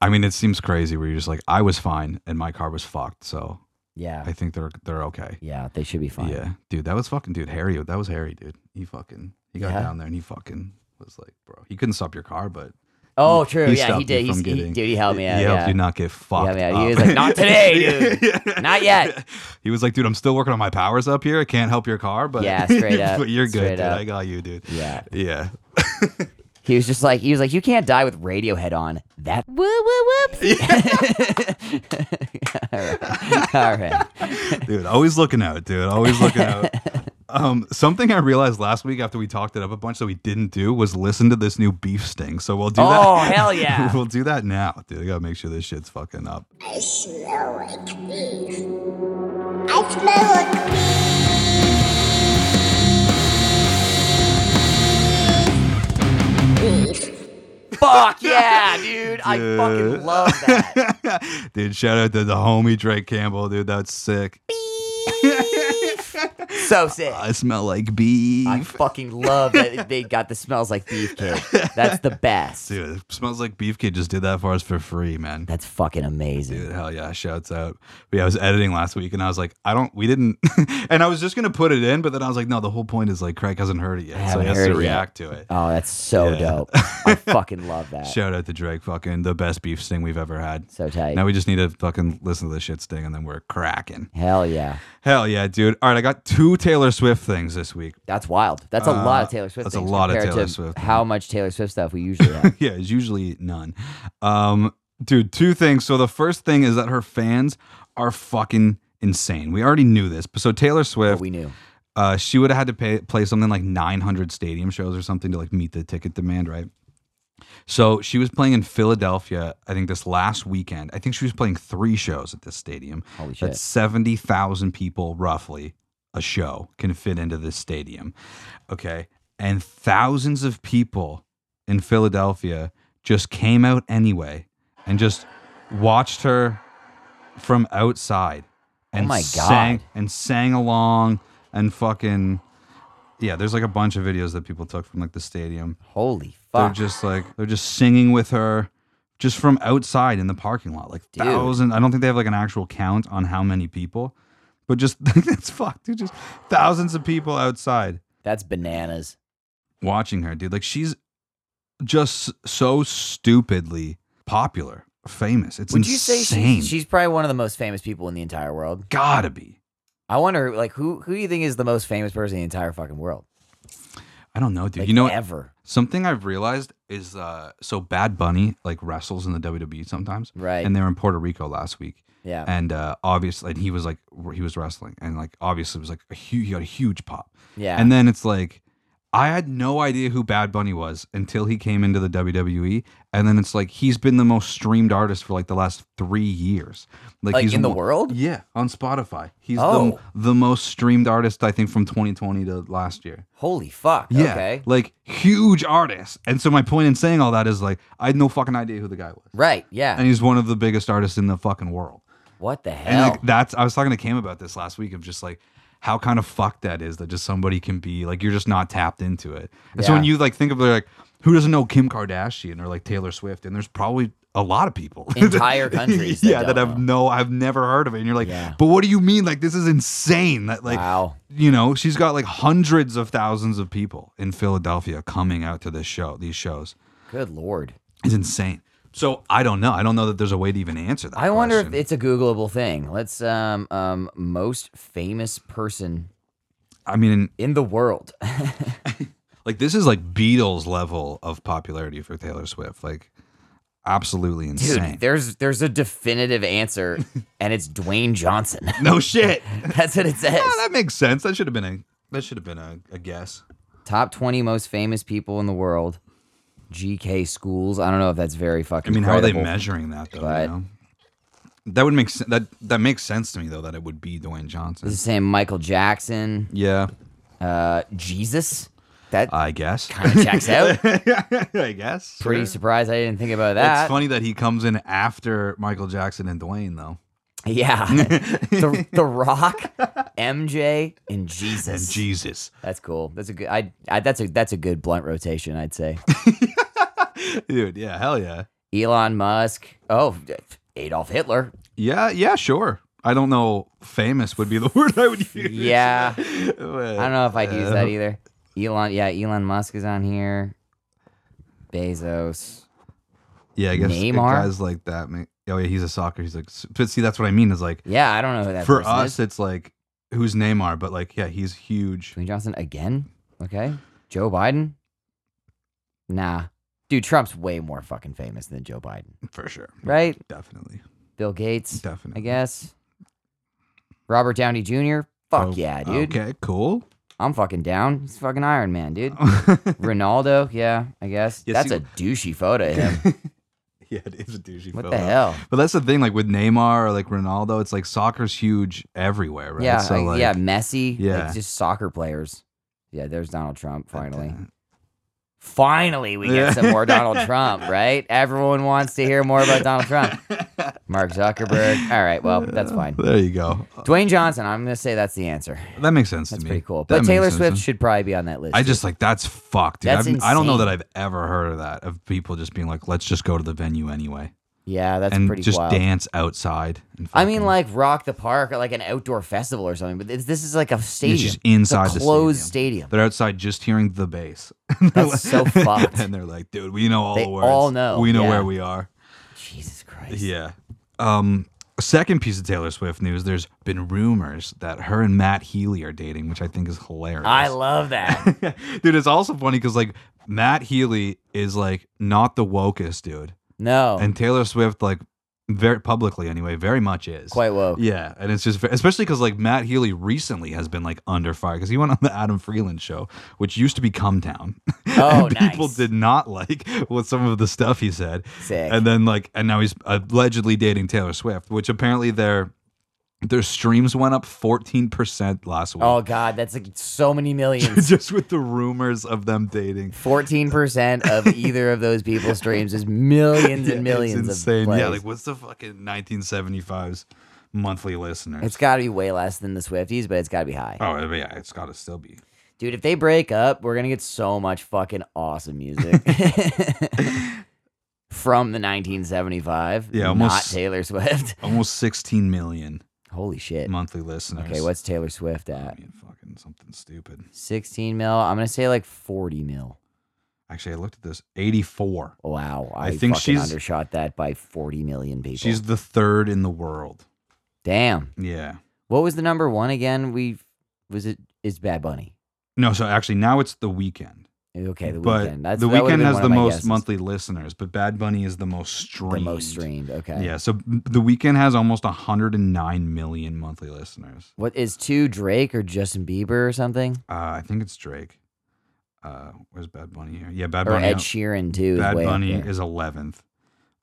Speaker 1: I mean, it seems crazy where you're just like, I was fine and my car was fucked, so
Speaker 2: Yeah,
Speaker 1: I think they're they're okay.
Speaker 2: yeah, they should be fine.
Speaker 1: Yeah, dude, that was fucking dude. Harry, that was Harry, dude. He fucking he got
Speaker 2: Yeah.
Speaker 1: down there and he fucking was like, bro, he couldn't stop your car, but
Speaker 2: Oh, true.
Speaker 1: he
Speaker 2: yeah,
Speaker 1: stopped
Speaker 2: he
Speaker 1: you
Speaker 2: did. He's,
Speaker 1: from
Speaker 2: he,
Speaker 1: getting-
Speaker 2: dude, he helped me out.
Speaker 1: he
Speaker 2: yeah.
Speaker 1: helped you not get fucked.
Speaker 2: yeah, he was
Speaker 1: up.
Speaker 2: like, "Not today, dude. Not yet."
Speaker 1: He was like, dude, I'm still working on my powers up here. I can't help your car, but
Speaker 2: Yeah, straight up,
Speaker 1: but you're good,
Speaker 2: straight
Speaker 1: dude.
Speaker 2: up.
Speaker 1: I got you, dude.
Speaker 2: Yeah.
Speaker 1: yeah.
Speaker 2: He was just like, he was like, you can't die with Radiohead on. That.
Speaker 6: Woo woo whoops.
Speaker 2: All right.
Speaker 1: dude always looking out dude always looking out um something i realized last week after we talked it up a bunch that we didn't do was listen to this new beef sting so we'll do that
Speaker 2: Oh, hell yeah.
Speaker 1: we'll do that now dude i gotta make sure this shit's fucking up
Speaker 7: I smell like beef. I smell like
Speaker 2: Fuck yeah, dude. I fucking love that.
Speaker 1: dude shout out to the homie drake campbell dude that's sick
Speaker 2: So sick.
Speaker 1: i smell like beef
Speaker 2: I fucking love that they got the smells like beef cake. That's the best.
Speaker 1: dude it smells like beef kid just did that for us for free man
Speaker 2: That's fucking amazing.
Speaker 1: Dude, hell yeah, shouts out. But yeah, I was editing last week and I was like, I don't, we didn't, and I was just gonna put it in, but then I was like, no, the whole point is like Craig hasn't heard it yet, so
Speaker 2: haven't
Speaker 1: he has
Speaker 2: heard
Speaker 1: to
Speaker 2: it yet.
Speaker 1: react to it.
Speaker 2: Oh, that's so dope. I fucking love that.
Speaker 1: Shout out to Drake, fucking the best beef sting we've ever had.
Speaker 2: So tight.
Speaker 1: Now we just need to fucking listen to this shit sting and then we're cracking.
Speaker 2: Hell yeah.
Speaker 1: Hell yeah, dude. All right, I got two Taylor Swift things this week.
Speaker 2: That's wild. That's a lot of Taylor Swift.
Speaker 1: Uh, that's a
Speaker 2: things
Speaker 1: lot of
Speaker 2: compared
Speaker 1: Taylor
Speaker 2: to
Speaker 1: Swift,
Speaker 2: How much Taylor Swift stuff we usually have.
Speaker 1: yeah, it's usually none. Um, dude, two things. So the first thing is that her fans are fucking insane. We already knew this. So Taylor Swift,
Speaker 2: we knew.
Speaker 1: uh, she would have had to pay, play something like 900 stadium shows or something to like meet the ticket demand, right? So she was playing in Philadelphia, I think this last weekend. I think she was playing three shows at this stadium.
Speaker 2: Holy shit.
Speaker 1: That's 70,000 people roughly a show can fit into this stadium. Okay. And thousands of people in Philadelphia just came out anyway and just watched her from outside and
Speaker 2: Oh my
Speaker 1: sang
Speaker 2: God.
Speaker 1: and sang along and fucking yeah there's like a bunch of videos that people took from like the stadium
Speaker 2: Holy fuck.
Speaker 1: they're just like they're just singing with her just from outside in the parking lot like thousand i don't think they have like an actual count on how many people but just that's fucked dude just thousands of people outside
Speaker 2: That's bananas.
Speaker 1: watching her, dude. Like she's just so stupidly popular, famous. It's
Speaker 2: Would
Speaker 1: insane.
Speaker 2: you say she's, she's probably one of the most famous people in the entire world?
Speaker 1: gotta be?
Speaker 2: I wonder, like, who who do you think is the most famous person in the entire fucking world?
Speaker 1: I don't know, dude.
Speaker 2: Like,
Speaker 1: you know, what?
Speaker 2: ever,
Speaker 1: something I've realized is uh, so Bad Bunny like wrestles in the WWE sometimes,
Speaker 2: right?
Speaker 1: and they were in Puerto Rico last week.
Speaker 2: yeah,
Speaker 1: And uh, obviously, and he was like, he was wrestling, and like obviously, it was like a huge, he got a huge pop.
Speaker 2: yeah,
Speaker 1: And then it's like, I had no idea who Bad Bunny was until he came into the WWE. And then it's like, he's been the most streamed artist for like the last three years.
Speaker 2: Like, in the
Speaker 1: one-
Speaker 2: world?
Speaker 1: Yeah, on Spotify. He's
Speaker 2: Oh.
Speaker 1: the, the most streamed artist, I think, from 2020 to last year.
Speaker 2: holy fuck.
Speaker 1: Yeah.
Speaker 2: Okay,
Speaker 1: Like, huge artist. And so, my point in saying all that is like, I had no fucking idea who the guy was.
Speaker 2: right? Yeah.
Speaker 1: And he's one of the biggest artists in the fucking world.
Speaker 2: what the
Speaker 1: And
Speaker 2: hell?
Speaker 1: like that's I was talking to Cam about this last week of just like how kind of fucked that is that just somebody can be like you're just not tapped into it. And so
Speaker 2: Yeah.
Speaker 1: when you like think of like who doesn't know Kim Kardashian or like Taylor Swift and there's probably a lot of people
Speaker 2: Entire countries that
Speaker 1: yeah that
Speaker 2: don't
Speaker 1: have no I've never heard of it and you're like
Speaker 2: Yeah.
Speaker 1: but what do you mean like this is insane that like
Speaker 2: Wow.
Speaker 1: you know she's got like hundreds of thousands of people in Philadelphia coming out to this show these shows
Speaker 2: Good lord.
Speaker 1: it's insane so I don't know I don't know that there's a way to even answer that
Speaker 2: I wonder if
Speaker 1: question.
Speaker 2: it's a Googleable thing. Let's um um most famous person
Speaker 1: I mean,
Speaker 2: in the world.
Speaker 1: like this is like Beatles level of popularity for Taylor Swift. Like absolutely
Speaker 2: Dude,
Speaker 1: insane.
Speaker 2: there's there's a definitive answer, and it's Dwayne Johnson.
Speaker 1: no shit.
Speaker 2: That's what it says.
Speaker 1: Yeah, that makes sense. That should have been a that should have been a, a guess.
Speaker 2: Top 20 most famous people in the world. GK schools. I don't know if that's very
Speaker 1: I
Speaker 2: fucking.
Speaker 1: mean, how are they
Speaker 2: credible.
Speaker 1: measuring that though?
Speaker 2: But-
Speaker 1: you know? That would make sen- that that makes sense to me though that it would be Dwayne
Speaker 2: This
Speaker 1: Johnson.
Speaker 2: is saying Michael Jackson,
Speaker 1: Yeah,
Speaker 2: uh, Jesus. That
Speaker 1: I guess.
Speaker 2: kind of checks out.
Speaker 1: I guess.
Speaker 2: Pretty
Speaker 1: sure.
Speaker 2: surprised I didn't think about that.
Speaker 1: It's funny that he comes in after Michael Jackson and Dwayne though.
Speaker 2: Yeah, the, the Rock, MJ, and Jesus.
Speaker 1: And Jesus.
Speaker 2: that's cool. That's a good. I, I. That's a. That's a good blunt rotation. I'd say.
Speaker 1: Dude, yeah, hell yeah.
Speaker 2: Elon Musk. Oh, Adolf Hitler.
Speaker 1: Yeah, yeah, sure. I don't know. Famous would be the word I would use.
Speaker 2: Yeah.
Speaker 1: I
Speaker 2: I don't know if I'd use that
Speaker 1: Uh,
Speaker 2: either. Elon, yeah, Elon Musk is on here. Bezos.
Speaker 1: Yeah, I guess it-
Speaker 2: Neymar?
Speaker 1: guys like that. ma- Oh yeah, he's a soccer. He's like, s- but see, that's what I mean. Is like
Speaker 2: Yeah, I don't know who that
Speaker 1: for
Speaker 2: person
Speaker 1: us,
Speaker 2: is.
Speaker 1: it's like who's Neymar, but like yeah, he's huge.
Speaker 2: Dwayne Johnson again. Okay, Joe Biden. Nah, dude, Trump's way more fucking famous than Joe Biden,
Speaker 1: For sure.
Speaker 2: right?
Speaker 1: Definitely.
Speaker 2: Bill Gates.
Speaker 1: Hmm. Definitely.
Speaker 2: I guess. Robert Downey Jr. Fuck
Speaker 1: Oh,
Speaker 2: yeah, dude.
Speaker 1: Okay, Oh, cool.
Speaker 2: I'm fucking down. He's fucking Iron Man, dude. Ronaldo, yeah, I guess.
Speaker 1: Yeah,
Speaker 2: That's
Speaker 1: see-
Speaker 2: a douchey photo of him.
Speaker 1: yeah, it is a douchey
Speaker 2: What the
Speaker 1: photo.
Speaker 2: hell?
Speaker 1: But that's the thing, like with Neymar or like Ronaldo, it's like soccer's huge everywhere, right?
Speaker 2: Yeah,
Speaker 1: So,
Speaker 2: like,
Speaker 1: like,
Speaker 2: yeah, Messi. Yeah,
Speaker 1: Yeah.
Speaker 2: just soccer players. Yeah, there's Donald Trump. Finally,
Speaker 1: uh,
Speaker 2: finally, we
Speaker 1: Yeah.
Speaker 2: get some more Donald Trump. Right? Everyone wants to hear more about Donald Trump. Mark Zuckerberg. All right, well, Oh, that's fine.
Speaker 1: There you go.
Speaker 2: Dwayne Johnson. I'm gonna say that's the answer.
Speaker 1: That makes sense
Speaker 2: That's
Speaker 1: to me.
Speaker 2: pretty cool.
Speaker 1: That
Speaker 2: But
Speaker 1: makes
Speaker 2: Taylor
Speaker 1: sense to
Speaker 2: Swift
Speaker 1: me.
Speaker 2: should probably be on that list.
Speaker 1: I just like that's fucked, dude.
Speaker 2: That's
Speaker 1: I've- I don't know that
Speaker 2: insane.
Speaker 1: I've ever heard of that of people just being like, let's just go to the venue anyway
Speaker 2: yeah, that's
Speaker 1: and
Speaker 2: pretty
Speaker 1: just
Speaker 2: wild.
Speaker 1: dance outside. And
Speaker 2: I mean,
Speaker 1: fucking-
Speaker 2: like rock the park or like an outdoor festival or something. But this, this is like a stadium.
Speaker 1: just inside
Speaker 2: it's a
Speaker 1: the
Speaker 2: closed
Speaker 1: stadium.
Speaker 2: stadium.
Speaker 1: they're outside just hearing the bass.
Speaker 2: That's so fucked.
Speaker 1: and they're like, dude, we know all
Speaker 2: They
Speaker 1: the words.
Speaker 2: all know,
Speaker 1: We know
Speaker 2: yeah.
Speaker 1: where we are.
Speaker 2: Jesus Christ.
Speaker 1: Yeah. Um, second piece of Taylor Swift news: There's been rumors that her and Matt Healy are dating, which I think is hilarious.
Speaker 2: I love that.
Speaker 1: dude. It's also funny because like Matt Healy is like not the wokest dude,
Speaker 2: No,
Speaker 1: and Taylor Swift like very publicly anyway, very much is
Speaker 2: quite woke.
Speaker 1: Yeah, and it's just especially because like Matt Healy recently has been like under fire because he went on the Adam Freeland show, which used to be Come Town.
Speaker 2: Oh,
Speaker 1: and people
Speaker 2: nice.
Speaker 1: did not like what some of the stuff he said.
Speaker 2: Sick.
Speaker 1: And then like, and now he's allegedly dating Taylor Swift, which apparently their their streams went up fourteen percent last week.
Speaker 2: Oh God, that's like so many millions.
Speaker 1: just with the rumors of them dating.
Speaker 2: Fourteen percent of either of those people's streams is millions
Speaker 1: Yeah,
Speaker 2: and millions
Speaker 1: it's insane.
Speaker 2: of plays.
Speaker 1: Yeah, like what's the fucking 1975's monthly listeners?
Speaker 2: it's got to be way less than the Swifties, but it's got to be high,
Speaker 1: oh yeah, it's got to still be.
Speaker 2: dude. If they break up, we're gonna get so much fucking awesome music from the 1975.
Speaker 1: Yeah, almost-
Speaker 2: not Taylor Swift.
Speaker 1: Almost 16 million
Speaker 2: Holy shit.
Speaker 1: monthly listeners.
Speaker 2: Eh, Okay, what's Taylor Swift at?
Speaker 1: I mean, fucking something stupid.
Speaker 2: 16 mil. I'm gonna say like 40 mil.
Speaker 1: Actually, I looked at this. 84.
Speaker 2: Wow, I,
Speaker 1: I think
Speaker 2: fucking
Speaker 1: she's-
Speaker 2: undershot that by 40 million people.
Speaker 1: She's the third in the world.
Speaker 2: Damn.
Speaker 1: Yeah.
Speaker 2: What was the number one again? We was it is Bad Bunny.
Speaker 1: No, so actually now it's the weekend.
Speaker 2: Okay, the
Speaker 1: but
Speaker 2: weekend. That's,
Speaker 1: the
Speaker 2: that would've
Speaker 1: weekend
Speaker 2: been
Speaker 1: has
Speaker 2: one
Speaker 1: the
Speaker 2: of my
Speaker 1: most
Speaker 2: guesses.
Speaker 1: monthly listeners, but Bad Bunny is the most streamed.
Speaker 2: The most streamed. Okay.
Speaker 1: Yeah, so the weekend has almost 109 million monthly listeners.
Speaker 2: What is two Drake or Justin Bieber or something
Speaker 1: Uh, I think it's Drake. Uh, where's Bad Bunny here? Yeah, Bad
Speaker 2: or
Speaker 1: Bunny.
Speaker 2: Ed Sheeran too?
Speaker 1: Bad
Speaker 2: is way up
Speaker 1: Bunny
Speaker 2: there.
Speaker 1: is 11th.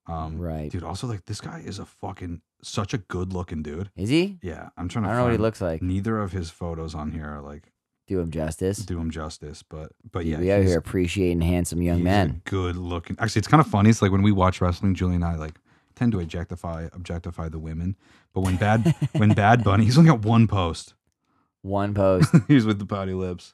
Speaker 1: Um,
Speaker 2: Right.
Speaker 1: dude. Also, like this guy is a fucking such a good looking dude.
Speaker 2: Is he?
Speaker 1: Yeah, I'm trying
Speaker 2: I
Speaker 1: to.
Speaker 2: don't know what he
Speaker 1: find-
Speaker 2: looks like.
Speaker 1: Neither of his photos on here are like
Speaker 2: Do him justice.
Speaker 1: do him justice, but but
Speaker 2: Dude,
Speaker 1: yeah,
Speaker 2: we out
Speaker 1: he's-
Speaker 2: here appreciating handsome young
Speaker 1: he's a
Speaker 2: men.
Speaker 1: good looking. Actually, it's kind of funny. It's like when we watch wrestling, Julie and I like tend to objectify objectify the women, but when bad when Bad Bunny, he's only got one post.
Speaker 2: One post.
Speaker 1: he's with the pouty lips.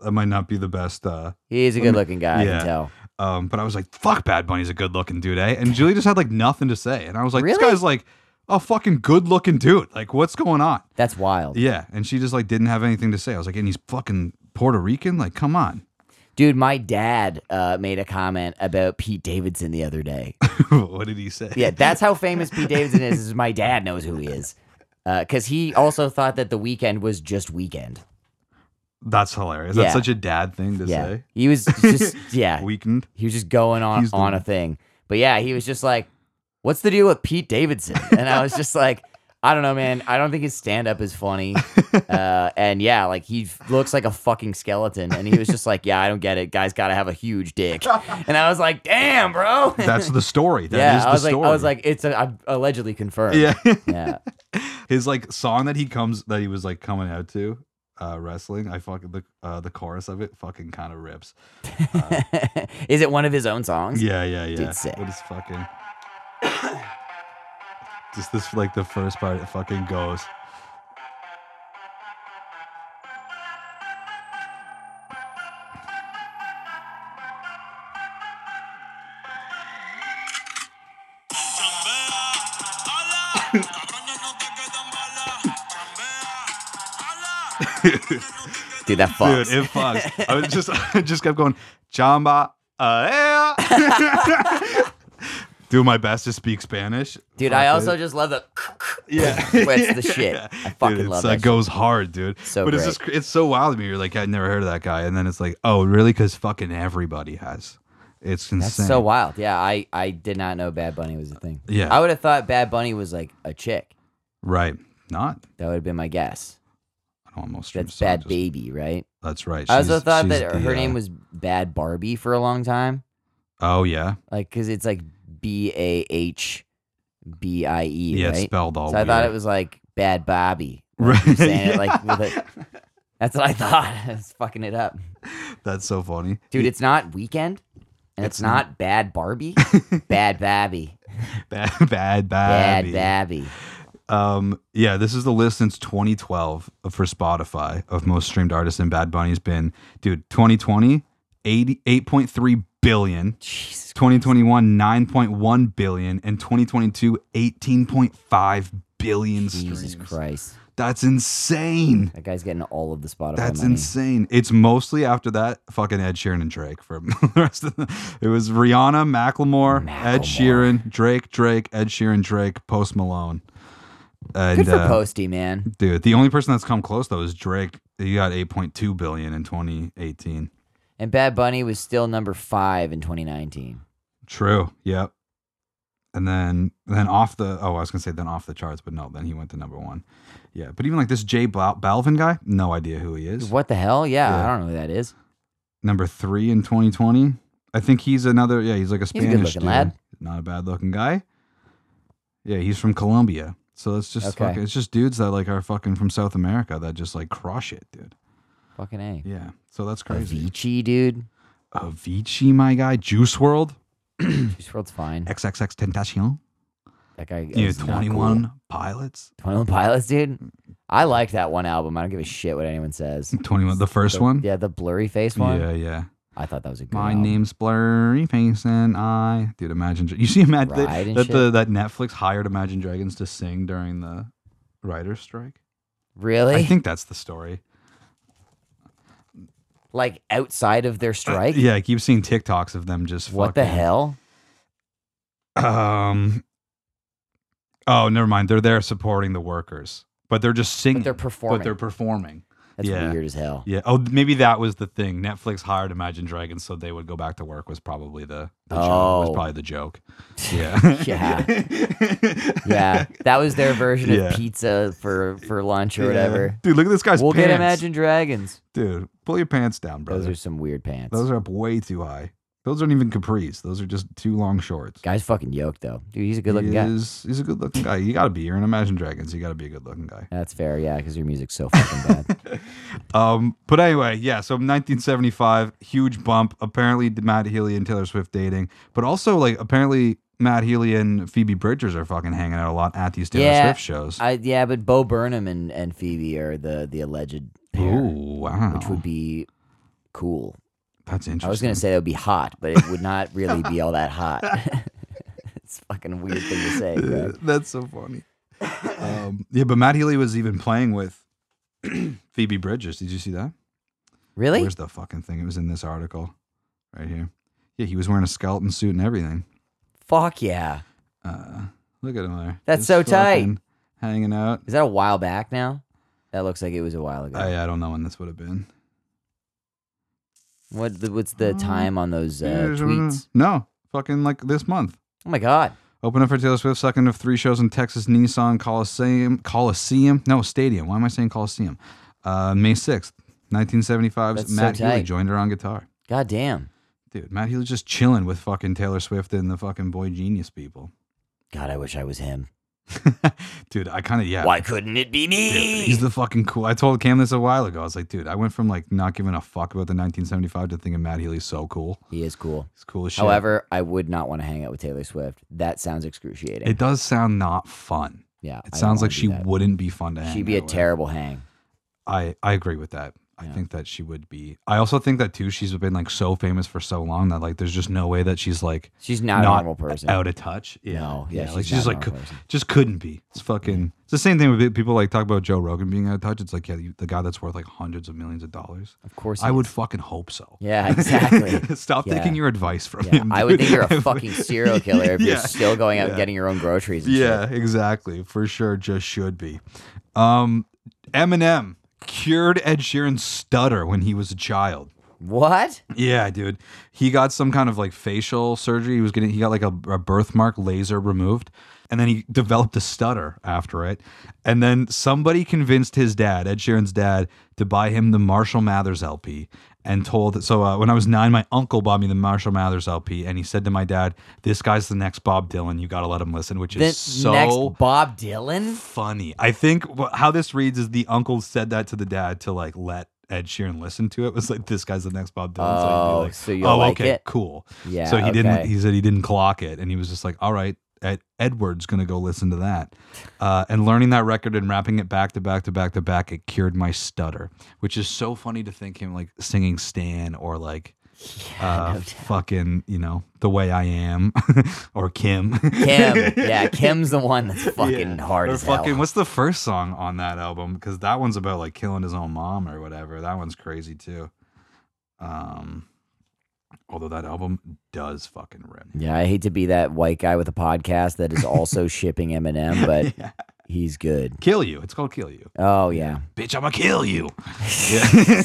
Speaker 1: That might not be the best. uh
Speaker 2: He's a good looking guy. I
Speaker 1: Yeah.
Speaker 2: can tell.
Speaker 1: um, But I was like, fuck, Bad Bunny's a good looking dude, eh? And Julie just had like nothing to say, and I was like, this
Speaker 2: Really?
Speaker 1: guy's like a fucking good looking dude. Like, what's going on?
Speaker 2: That's wild,
Speaker 1: Yeah, and she just like didn't have anything to say. I was like, and he's fucking Puerto Rican. Like, come on.
Speaker 2: dude. My dad uh, made a comment about Pete Davidson the other day.
Speaker 1: what did he say?
Speaker 2: Yeah, that's how famous Pete Davidson is. Is my dad Uh, knows who he is, because he also thought that the weekend was just weekend.
Speaker 1: That's hilarious.
Speaker 2: Yeah.
Speaker 1: That's such a dad thing to
Speaker 2: yeah,
Speaker 1: say.
Speaker 2: he was just yeah.
Speaker 1: Weakened.
Speaker 2: He was just going on
Speaker 1: He's the
Speaker 2: on a
Speaker 1: one.
Speaker 2: thing. But yeah, he was just like, "What's the deal with Pete Davidson?" And I was just like, "I don't know, man. I don't think his stand up is funny." Uh, and yeah, like he f- looks like a fucking skeleton. And he was just like, "Yeah, I don't get it. Guys got to have a huge dick." And I was like, "Damn, bro."
Speaker 1: That's the story. That is
Speaker 2: yeah,
Speaker 1: the
Speaker 2: I was
Speaker 1: story.
Speaker 2: like, I was like, it's a, I'm allegedly confirmed.
Speaker 1: yeah.
Speaker 2: yeah.
Speaker 1: His like song that he comes that he was like coming out to, uh, wrestling. I fucking the uh, the chorus of it fucking kind of rips.
Speaker 2: is it one of his own songs?
Speaker 1: Yeah, yeah, yeah.
Speaker 2: Dude's sick.
Speaker 1: What is fucking? Just this like the first part. It fucking goes.
Speaker 2: Dude, that fucks.
Speaker 1: Dude, it fucks. I was just I just kept going, Chamba. Uh, eh." Do my best to speak Spanish.
Speaker 2: Dude, I
Speaker 1: Fuck
Speaker 2: also
Speaker 1: it.
Speaker 2: just love the.
Speaker 1: yeah.
Speaker 2: That's the shit. I fucking
Speaker 1: dude,
Speaker 2: love
Speaker 1: That
Speaker 2: that
Speaker 1: goes hard, dude.
Speaker 2: So
Speaker 1: but it's
Speaker 2: great.
Speaker 1: just cr- it's so wild to me. You're like, I never heard of that guy, and then it's like, oh, really? Because fucking everybody has. It's insane.
Speaker 2: That's so wild. Yeah, I I did not know Bad Bunny was a thing.
Speaker 1: Yeah.
Speaker 2: I would have thought Bad Bunny was like a chick.
Speaker 1: Right. Not.
Speaker 2: That would have been my guess.
Speaker 1: I don't almost.
Speaker 2: That's Bad Baby, right?
Speaker 1: That's right.
Speaker 2: I also
Speaker 1: She's-
Speaker 2: thought
Speaker 1: she's
Speaker 2: that
Speaker 1: the,
Speaker 2: her
Speaker 1: uh,
Speaker 2: name was Bad Barbie for a long time,
Speaker 1: Oh yeah.
Speaker 2: like because it's like B A H B I E,
Speaker 1: Yeah.
Speaker 2: right?
Speaker 1: It's spelled all.
Speaker 2: so I thought
Speaker 1: weird.
Speaker 2: it was like Bad Bobby. Like,
Speaker 1: Right,
Speaker 2: you're saying it like
Speaker 1: yeah.
Speaker 2: with a, that's what I thought. it's fucking it up,
Speaker 1: That's so funny.
Speaker 2: dude. It's not weekend, and it's,
Speaker 1: It's
Speaker 2: not, Bad Barbie. bad Babby.
Speaker 1: Bad, bad,
Speaker 2: Bad
Speaker 1: bad.
Speaker 2: Babby.
Speaker 1: Um, yeah, this is the list since 2012 for Spotify of most streamed artists, and Bad Bunny's been, dude, 2020, 80 8.3 billion,
Speaker 2: Jesus.
Speaker 1: 2021, 9.1 billion, and 2022, 18.5 billion streams.
Speaker 2: Jesus Christ.
Speaker 1: That's insane.
Speaker 2: That guy's getting all of the Spotify
Speaker 1: That's
Speaker 2: money.
Speaker 1: insane. It's mostly after that fucking Ed Sheeran and Drake for the rest of the. It was Rihanna, Macklemore, Ed
Speaker 2: Macklemore.
Speaker 1: Sheeran, Drake, Drake, Ed Sheeran, Drake, Post Malone. And,
Speaker 2: Good for
Speaker 1: uh,
Speaker 2: Posty, man.
Speaker 1: dude, the only person that's come close though is Drake. He got 8.2 billion in 2018.
Speaker 2: And Bad Bunny was still number five in 2019.
Speaker 1: True. Yep. And then then off the oh I was gonna say then off the charts, but no, then he went to number one. Yeah, but even like this Jay Bal- Balvin guy, no idea who he is.
Speaker 2: What the hell? Yeah,
Speaker 1: Yeah.
Speaker 2: I don't know who that is.
Speaker 1: number three in 2020. I think he's another. Yeah, he's like a
Speaker 2: a
Speaker 1: Spanish
Speaker 2: good-looking
Speaker 1: dude.
Speaker 2: lad.
Speaker 1: Not a bad looking guy. Yeah, he's from Colombia. So it's just
Speaker 2: Okay.
Speaker 1: fucking, it's just dudes that like are fucking from South America that just like crush it, dude.
Speaker 2: Fucking A.
Speaker 1: Yeah, so that's crazy.
Speaker 2: Avicii, dude.
Speaker 1: Avicii, my guy, Juice World,
Speaker 2: Juice WRLD's fine.
Speaker 1: XXX Tentacion,
Speaker 2: That guy
Speaker 1: yeah,
Speaker 2: is not
Speaker 1: Twenty
Speaker 2: cool.
Speaker 1: One Pilots,
Speaker 2: 21 Pilots, dude. I like that one album. I don't give a shit what anyone says.
Speaker 1: Twenty One, the first one.
Speaker 2: Yeah, the blurry face one.
Speaker 1: yeah, yeah.
Speaker 2: I thought that was a good
Speaker 1: My
Speaker 2: album.
Speaker 1: name's Blurry Face and I. Dude, Imagine Dra- you see imagine
Speaker 2: Ride
Speaker 1: that,
Speaker 2: and
Speaker 1: that the that Netflix hired Imagine Dragons to sing during the writer's strike.
Speaker 2: Really?
Speaker 1: I think that's the story.
Speaker 2: like outside of their strike?
Speaker 1: Yeah, I keep seeing TikToks of them just
Speaker 2: What the hell?
Speaker 1: hell? Um Oh, never mind. They're there supporting the workers. But they're just singing.
Speaker 2: they're performing.
Speaker 1: But they're performing.
Speaker 2: That's
Speaker 1: yeah.
Speaker 2: weird as hell.
Speaker 1: Yeah. Oh, maybe that was the thing. Netflix hired Imagine Dragons so they would go back to work was probably the, the joke.
Speaker 2: Oh.
Speaker 1: Was probably the joke. Yeah.
Speaker 2: Yeah. Yeah. That was their version
Speaker 1: Yeah.
Speaker 2: of pizza for, for lunch or
Speaker 1: Yeah.
Speaker 2: whatever.
Speaker 1: Dude, look at this guy's
Speaker 2: We'll
Speaker 1: pants.
Speaker 2: get Imagine Dragons.
Speaker 1: Dude, pull your pants down, brother.
Speaker 2: Those are some weird pants.
Speaker 1: up way too high. Those aren't even capris. Those are just two long shorts.
Speaker 2: Guy's fucking yoked though. Dude, he's a good looking
Speaker 1: he
Speaker 2: guy.
Speaker 1: is, He's a good looking guy. You got to be. You're an Imagine Dragons. You got to be a good looking guy.
Speaker 2: That's fair, yeah, because your music's so fucking bad.
Speaker 1: Um, but anyway, yeah. So 1975, huge bump. Apparently, Matt Healy and Taylor Swift dating, but also like apparently Matt Healy and Phoebe Bridgers are fucking hanging out a lot at these Taylor
Speaker 2: Yeah,
Speaker 1: Swift shows.
Speaker 2: I, yeah, but Bo Burnham and, and Phoebe are the the alleged pair,
Speaker 1: Ooh, wow.
Speaker 2: which would be cool.
Speaker 1: That's interesting.
Speaker 2: I was gonna say that would be hot, but it would not really be all that hot. it's a fucking weird thing to say. Greg.
Speaker 1: That's so funny. um, yeah, but Matt Healy was even playing with Phoebe Bridgers. Did you see that?
Speaker 2: Really?
Speaker 1: Where's the fucking thing? It was in this article right here. Yeah, he was wearing a skeleton suit and everything.
Speaker 2: Fuck yeah!
Speaker 1: Uh, look at him there.
Speaker 2: That's so tight.
Speaker 1: fucking Hanging out.
Speaker 2: Is that a while back now? That looks like it was a while ago.
Speaker 1: I, I don't know when this would have been.
Speaker 2: What the, what's
Speaker 1: Mm.
Speaker 2: the time on those uh, tweets?
Speaker 1: No, fucking like this month.
Speaker 2: Oh my god.
Speaker 1: Open up for Taylor Swift, second of three shows in Texas, Nissan Coliseum, Coliseum, no Stadium. Why am I saying Coliseum? Uh, May sixth, nineteen seventy five.
Speaker 2: That's so
Speaker 1: Matt Healy
Speaker 2: tight.
Speaker 1: joined her on guitar.
Speaker 2: God damn.
Speaker 1: Dude, Matt Healy's just chilling with fucking Taylor Swift and the fucking boy genius people.
Speaker 2: God, I wish I was him.
Speaker 1: Dude, I kind of yeah.
Speaker 2: Why couldn't it be me?
Speaker 1: He's the fucking cool. I told Cam this a while ago. I was like, dude, I went from like not giving a fuck about the 1975 to thinking Matt Healy's so cool.
Speaker 2: he is cool.
Speaker 1: He's cool as shit.
Speaker 2: However, I would not want to hang out with Taylor Swift. That sounds excruciating.
Speaker 1: it does sound not fun.
Speaker 2: yeah, I
Speaker 1: It
Speaker 2: don't
Speaker 1: sounds
Speaker 2: wanna
Speaker 1: like
Speaker 2: do
Speaker 1: she
Speaker 2: that.
Speaker 1: wouldn't be fun to hang.
Speaker 2: She'd be a
Speaker 1: out with.
Speaker 2: terrible hang.
Speaker 1: I I agree with that. I
Speaker 2: Yeah.
Speaker 1: think that she would be. I also think that too. She's been like so famous for so long that like there's just no way that she's like
Speaker 2: She's not, a
Speaker 1: Not
Speaker 2: normal person.
Speaker 1: out of touch. Yeah,
Speaker 2: No, yeah,
Speaker 1: like
Speaker 2: she's
Speaker 1: she's
Speaker 2: not a
Speaker 1: like
Speaker 2: normal
Speaker 1: cou-
Speaker 2: person.
Speaker 1: just couldn't be. It's fucking. It's the same thing with people like talk about Joe Rogan being out of touch. It's like yeah, the guy that's worth like hundreds of millions of dollars.
Speaker 2: Of course,
Speaker 1: I
Speaker 2: he
Speaker 1: would
Speaker 2: is.
Speaker 1: fucking hope so.
Speaker 2: Yeah, exactly.
Speaker 1: Stop
Speaker 2: Yeah.
Speaker 1: taking your advice from
Speaker 2: Yeah,
Speaker 1: him.
Speaker 2: I would think you're a
Speaker 1: dude.
Speaker 2: fucking serial killer if you're
Speaker 1: Yeah,
Speaker 2: still going out
Speaker 1: yeah.
Speaker 2: and getting your own groceries. And
Speaker 1: Yeah,
Speaker 2: shit.
Speaker 1: exactly. For sure, just should be. Um, Eminem cured Ed Sheeran's stutter when he was a child.
Speaker 2: What?
Speaker 1: Yeah, dude. He got some kind of like facial surgery. He was getting he got like a, a birthmark laser removed, and then he developed a stutter after it. And then somebody convinced his dad, Ed Sheeran's dad, to buy him the Marshall Mathers LP. And told so uh, when I was nine, my uncle bought me the Marshall Mathers LP, and he said to my dad, "This guy's the next Bob Dylan. You got to let him listen," which
Speaker 2: The
Speaker 1: is so
Speaker 2: next Bob Dylan?
Speaker 1: funny. I think wh- how this reads is the uncle said that to the dad to like let Ed Sheeran listen to it. It was like this guy's the next Bob Dylan.
Speaker 2: Oh,
Speaker 1: he'd be
Speaker 2: so you'll like
Speaker 1: okay,
Speaker 2: it?
Speaker 1: cool.
Speaker 2: Yeah.
Speaker 1: so he didn't.
Speaker 2: okay.
Speaker 1: He said he didn't clock it, and he was just like, all right. Ed, Edward's gonna go listen to that, uh, and learning that record and rapping it back to back to back to back, it cured my stutter, which is so funny to think him like singing Stan or like uh, fucking you know the way I am or Kim.
Speaker 2: Kim. Yeah, Kim's the one that's fucking
Speaker 1: Yeah.
Speaker 2: hard
Speaker 1: Or
Speaker 2: as
Speaker 1: fucking,
Speaker 2: hell.
Speaker 1: What's the first song on that album? Because that one's about like killing his own mom or whatever. That one's crazy too. Um, although that album does fucking rip.
Speaker 2: Yeah, I hate to be that white guy with a podcast that is also shipping Eminem, but
Speaker 1: Yeah.
Speaker 2: he's good.
Speaker 1: Kill you. It's called Kill You.
Speaker 2: Oh yeah,
Speaker 1: Bitch, I'ma kill you. Yeah.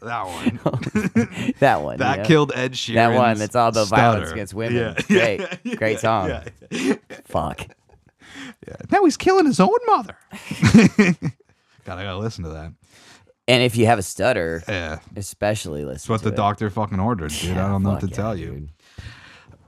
Speaker 1: that one.
Speaker 2: that one.
Speaker 1: That
Speaker 2: yeah.
Speaker 1: killed Ed Sheeran.
Speaker 2: That one, it's all about violence against women. Great. Great song.
Speaker 1: yeah.
Speaker 2: Fuck.
Speaker 1: Now he's killing his own mother. God, I gotta listen to that.
Speaker 2: And if you have a stutter,
Speaker 1: Yeah.
Speaker 2: especially listen.
Speaker 1: It's what
Speaker 2: to
Speaker 1: the
Speaker 2: it.
Speaker 1: doctor fucking ordered, dude. I don't know what to
Speaker 2: fuck yeah,
Speaker 1: tell you.
Speaker 2: dude.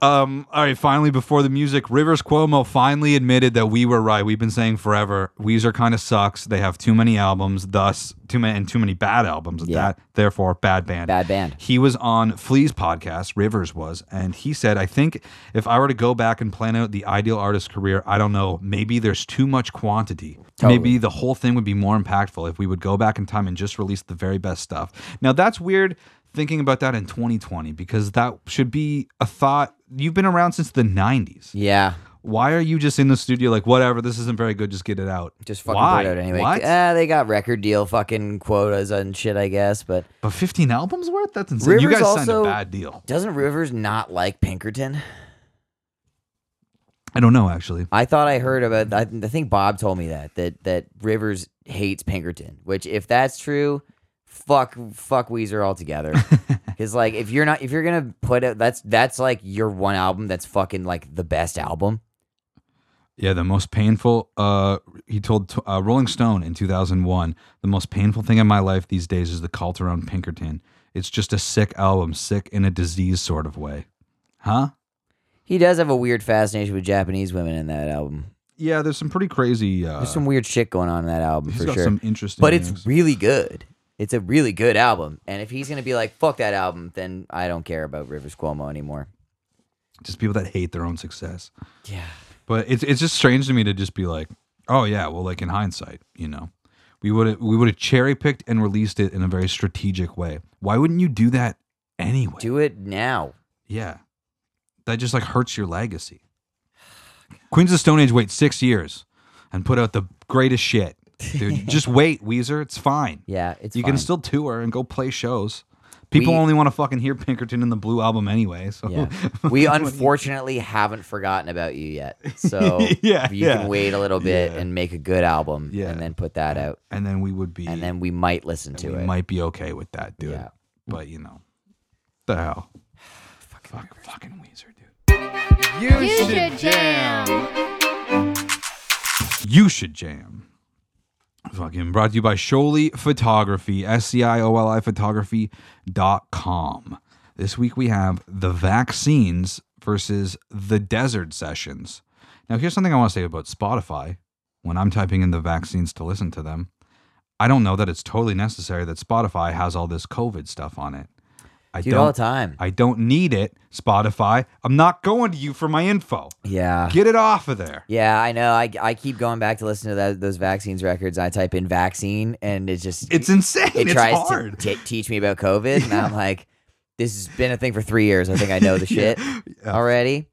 Speaker 1: Um, all right, finally, before the music, Rivers Cuomo finally admitted that we were right. We've been saying forever Weezer kind of sucks. They have too many albums, thus, too many and too many bad albums at
Speaker 2: Yeah.
Speaker 1: that. Therefore, bad band.
Speaker 2: Bad band.
Speaker 1: He was on Flea's podcast, Rivers was, and he said, I think if I were to go back and plan out the ideal artist career, I don't know, maybe there's too much quantity.
Speaker 2: Totally.
Speaker 1: Maybe the whole thing would be more impactful if we would go back in time and just release the very best stuff. Now, that's weird thinking about that in 2020 because that should be a thought. You've been around since the 90s.
Speaker 2: Yeah,
Speaker 1: Why are you just in the studio like, whatever, this isn't very good, just get it out?
Speaker 2: just fucking
Speaker 1: Why?
Speaker 2: put it out anyway.
Speaker 1: What?
Speaker 2: Uh, they got record deal fucking quotas and shit, I guess. But
Speaker 1: but 15 albums worth? That's insane. you
Speaker 2: Rivers
Speaker 1: guys signed a
Speaker 2: also-
Speaker 1: bad deal.
Speaker 2: doesn't Rivers not like Pinkerton?
Speaker 1: I don't know, actually.
Speaker 2: I thought I heard about. I, th- I think Bob told me that that that Rivers hates Pinkerton. Which, if that's true, fuck fuck Weezer altogether. Because like, if you're not if you're gonna put out that's that's like your one album that's fucking like the best album.
Speaker 1: Yeah, the most painful. Uh, he told t- uh, Rolling Stone in 2001, the most painful thing in my life these days is the cult around Pinkerton. It's just a sick album, sick in a disease sort of way. Huh?
Speaker 2: He does have a weird fascination with Japanese women in that album.
Speaker 1: Yeah, there's some pretty crazy. Uh,
Speaker 2: There's some weird shit going on in that album
Speaker 1: he's
Speaker 2: for
Speaker 1: got
Speaker 2: sure.
Speaker 1: some interesting.
Speaker 2: but it's
Speaker 1: things.
Speaker 2: really good. It's a really good album. And if he's gonna be like fuck that album, then I don't care about Rivers Cuomo anymore.
Speaker 1: just people that hate their own success.
Speaker 2: Yeah.
Speaker 1: But it's it's just strange to me to just be like, oh yeah, well, like in hindsight, you know, we would have we would have cherry picked and released it in a very strategic way. Why wouldn't you do that anyway?
Speaker 2: Do it now.
Speaker 1: Yeah. That just like hurts your legacy. Queens of Stone Age wait six years and put out the greatest shit. Dude, just wait, Weezer. It's fine.
Speaker 2: Yeah, it's
Speaker 1: you
Speaker 2: fine.
Speaker 1: can still tour and go play shows. People
Speaker 2: We-
Speaker 1: only want to fucking hear Pinkerton in the Blue album anyway. So
Speaker 2: Yeah. We unfortunately haven't forgotten about you yet. So
Speaker 1: Yeah,
Speaker 2: you
Speaker 1: yeah.
Speaker 2: can wait a little bit
Speaker 1: Yeah.
Speaker 2: and make a good album
Speaker 1: Yeah.
Speaker 2: and then put that out.
Speaker 1: and then we would be
Speaker 2: And then we might listen to
Speaker 1: we
Speaker 2: it.
Speaker 1: might be okay with that, dude.
Speaker 2: Yeah.
Speaker 1: But you know, The hell. Fuck, fucking Weezer, dude.
Speaker 8: You,
Speaker 6: You should jam.
Speaker 1: You should jam. Fucking brought to you by Sholi Photography, S C I O L I photography.com. This week we have the vaccines versus the desert sessions. Now, here's something I want to say about Spotify. When I'm typing in the vaccines to listen to them, I don't know that it's totally necessary that Spotify has all this COVID stuff on it. I
Speaker 2: Dude, all the time.
Speaker 1: I don't need it, Spotify. I'm not going to you for my info.
Speaker 2: yeah.
Speaker 1: Get it off of there.
Speaker 2: Yeah, I know. I, I keep going back to listen to that, those vaccines records. I type in vaccine, and it's just
Speaker 1: It's insane.
Speaker 2: it
Speaker 1: it's
Speaker 2: tries
Speaker 1: hard.
Speaker 2: to t- teach me about COVID, and I'm like, this has been a thing for three years. I think I know the shit already,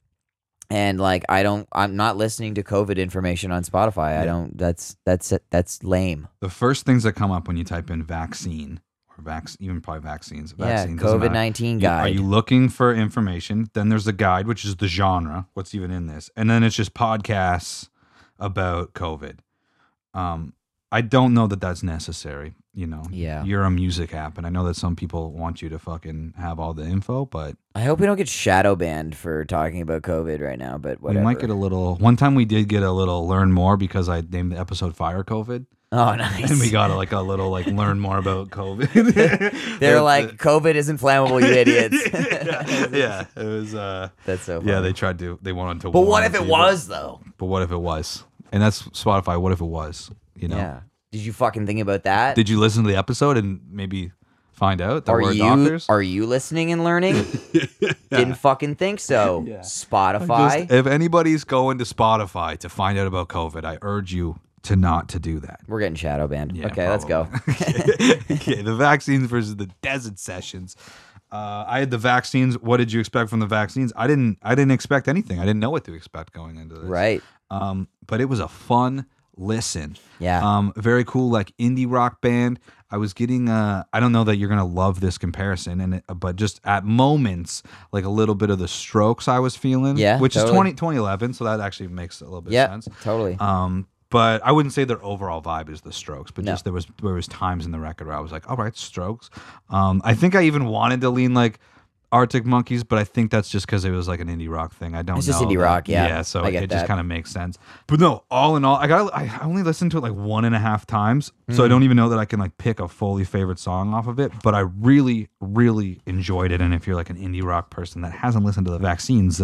Speaker 2: and like I don't, I'm not listening to COVID information on Spotify. I don't. That's that's that's lame.
Speaker 1: the first things that come up when you type in vaccine or vac- even probably vaccines. Vaccine
Speaker 2: yeah,
Speaker 1: doesn't matter.
Speaker 2: COVID nineteen
Speaker 1: You- Are
Speaker 2: guide.
Speaker 1: you looking for information? Then there's the guide, which is the genre, what's even in this, and then it's just podcasts about COVID. Um, I don't know that that's necessary. You know,
Speaker 2: Yeah.
Speaker 1: you're a music app, and I know that some people want you to fucking have all the info, but
Speaker 2: I hope we don't get shadow banned for talking about COVID right now. But whatever.
Speaker 1: We might get a little. One time we did get a little learn more because I named the episode "Fire COVID,"
Speaker 2: oh, nice.
Speaker 1: and we got a, like a little like learn more about COVID.
Speaker 2: They're like, COVID is inflammable, you idiots.
Speaker 1: yeah, yeah, it was. uh
Speaker 2: That's so. Funny.
Speaker 1: Yeah, they tried to. They wanted to.
Speaker 2: But what
Speaker 1: warn
Speaker 2: if it
Speaker 1: people.
Speaker 2: was though?
Speaker 1: But what if it was? And that's Spotify. What if it was? You know.
Speaker 2: Yeah. Did you fucking think about that?
Speaker 1: Did you listen to the episode and maybe find out that
Speaker 2: are
Speaker 1: we're
Speaker 2: you
Speaker 1: doctors?
Speaker 2: are you listening and learning? Didn't fucking think so. Spotify.
Speaker 1: Just- if anybody's going to Spotify to find out about COVID, I urge you to not to do that.
Speaker 2: We're getting shadow banned.
Speaker 1: Yeah,
Speaker 2: okay, let's go.
Speaker 1: probably. okay, the vaccines versus the desert sessions. Uh, I had the vaccines. What did you expect from the vaccines? I didn't. I didn't expect anything. I didn't know what to expect going into this.
Speaker 2: Right.
Speaker 1: Um, but it was a fun listen.
Speaker 2: Yeah.
Speaker 1: Um, very cool, like indie rock band. I was getting. Uh, I don't know that you're gonna love this comparison, and it, but just at moments, like a little bit of the Strokes I was feeling.
Speaker 2: Yeah,
Speaker 1: Which is 20,
Speaker 2: totally.
Speaker 1: 2011, so that actually makes a little bit
Speaker 2: Yeah.
Speaker 1: of sense.
Speaker 2: Totally.
Speaker 1: Um, but I wouldn't say their overall vibe is the Strokes, but
Speaker 2: No.
Speaker 1: just there was there was times in the record where I was like, all right, Strokes. Um, I think I even wanted to lean like Arctic Monkeys, but I think that's just because it was like an indie rock thing. I don't.
Speaker 2: It's just
Speaker 1: know
Speaker 2: indie
Speaker 1: that-
Speaker 2: rock, yeah.
Speaker 1: Yeah, so
Speaker 2: I get
Speaker 1: it just
Speaker 2: that.
Speaker 1: kind of makes sense. But no, all in all, I got I I only listened to it like one and a half times, so I
Speaker 2: Mm.
Speaker 1: don't even know that I can like pick a fully favorite song off of it. But I really, really enjoyed it. And if you're like an indie rock person that hasn't listened to the Vaccines,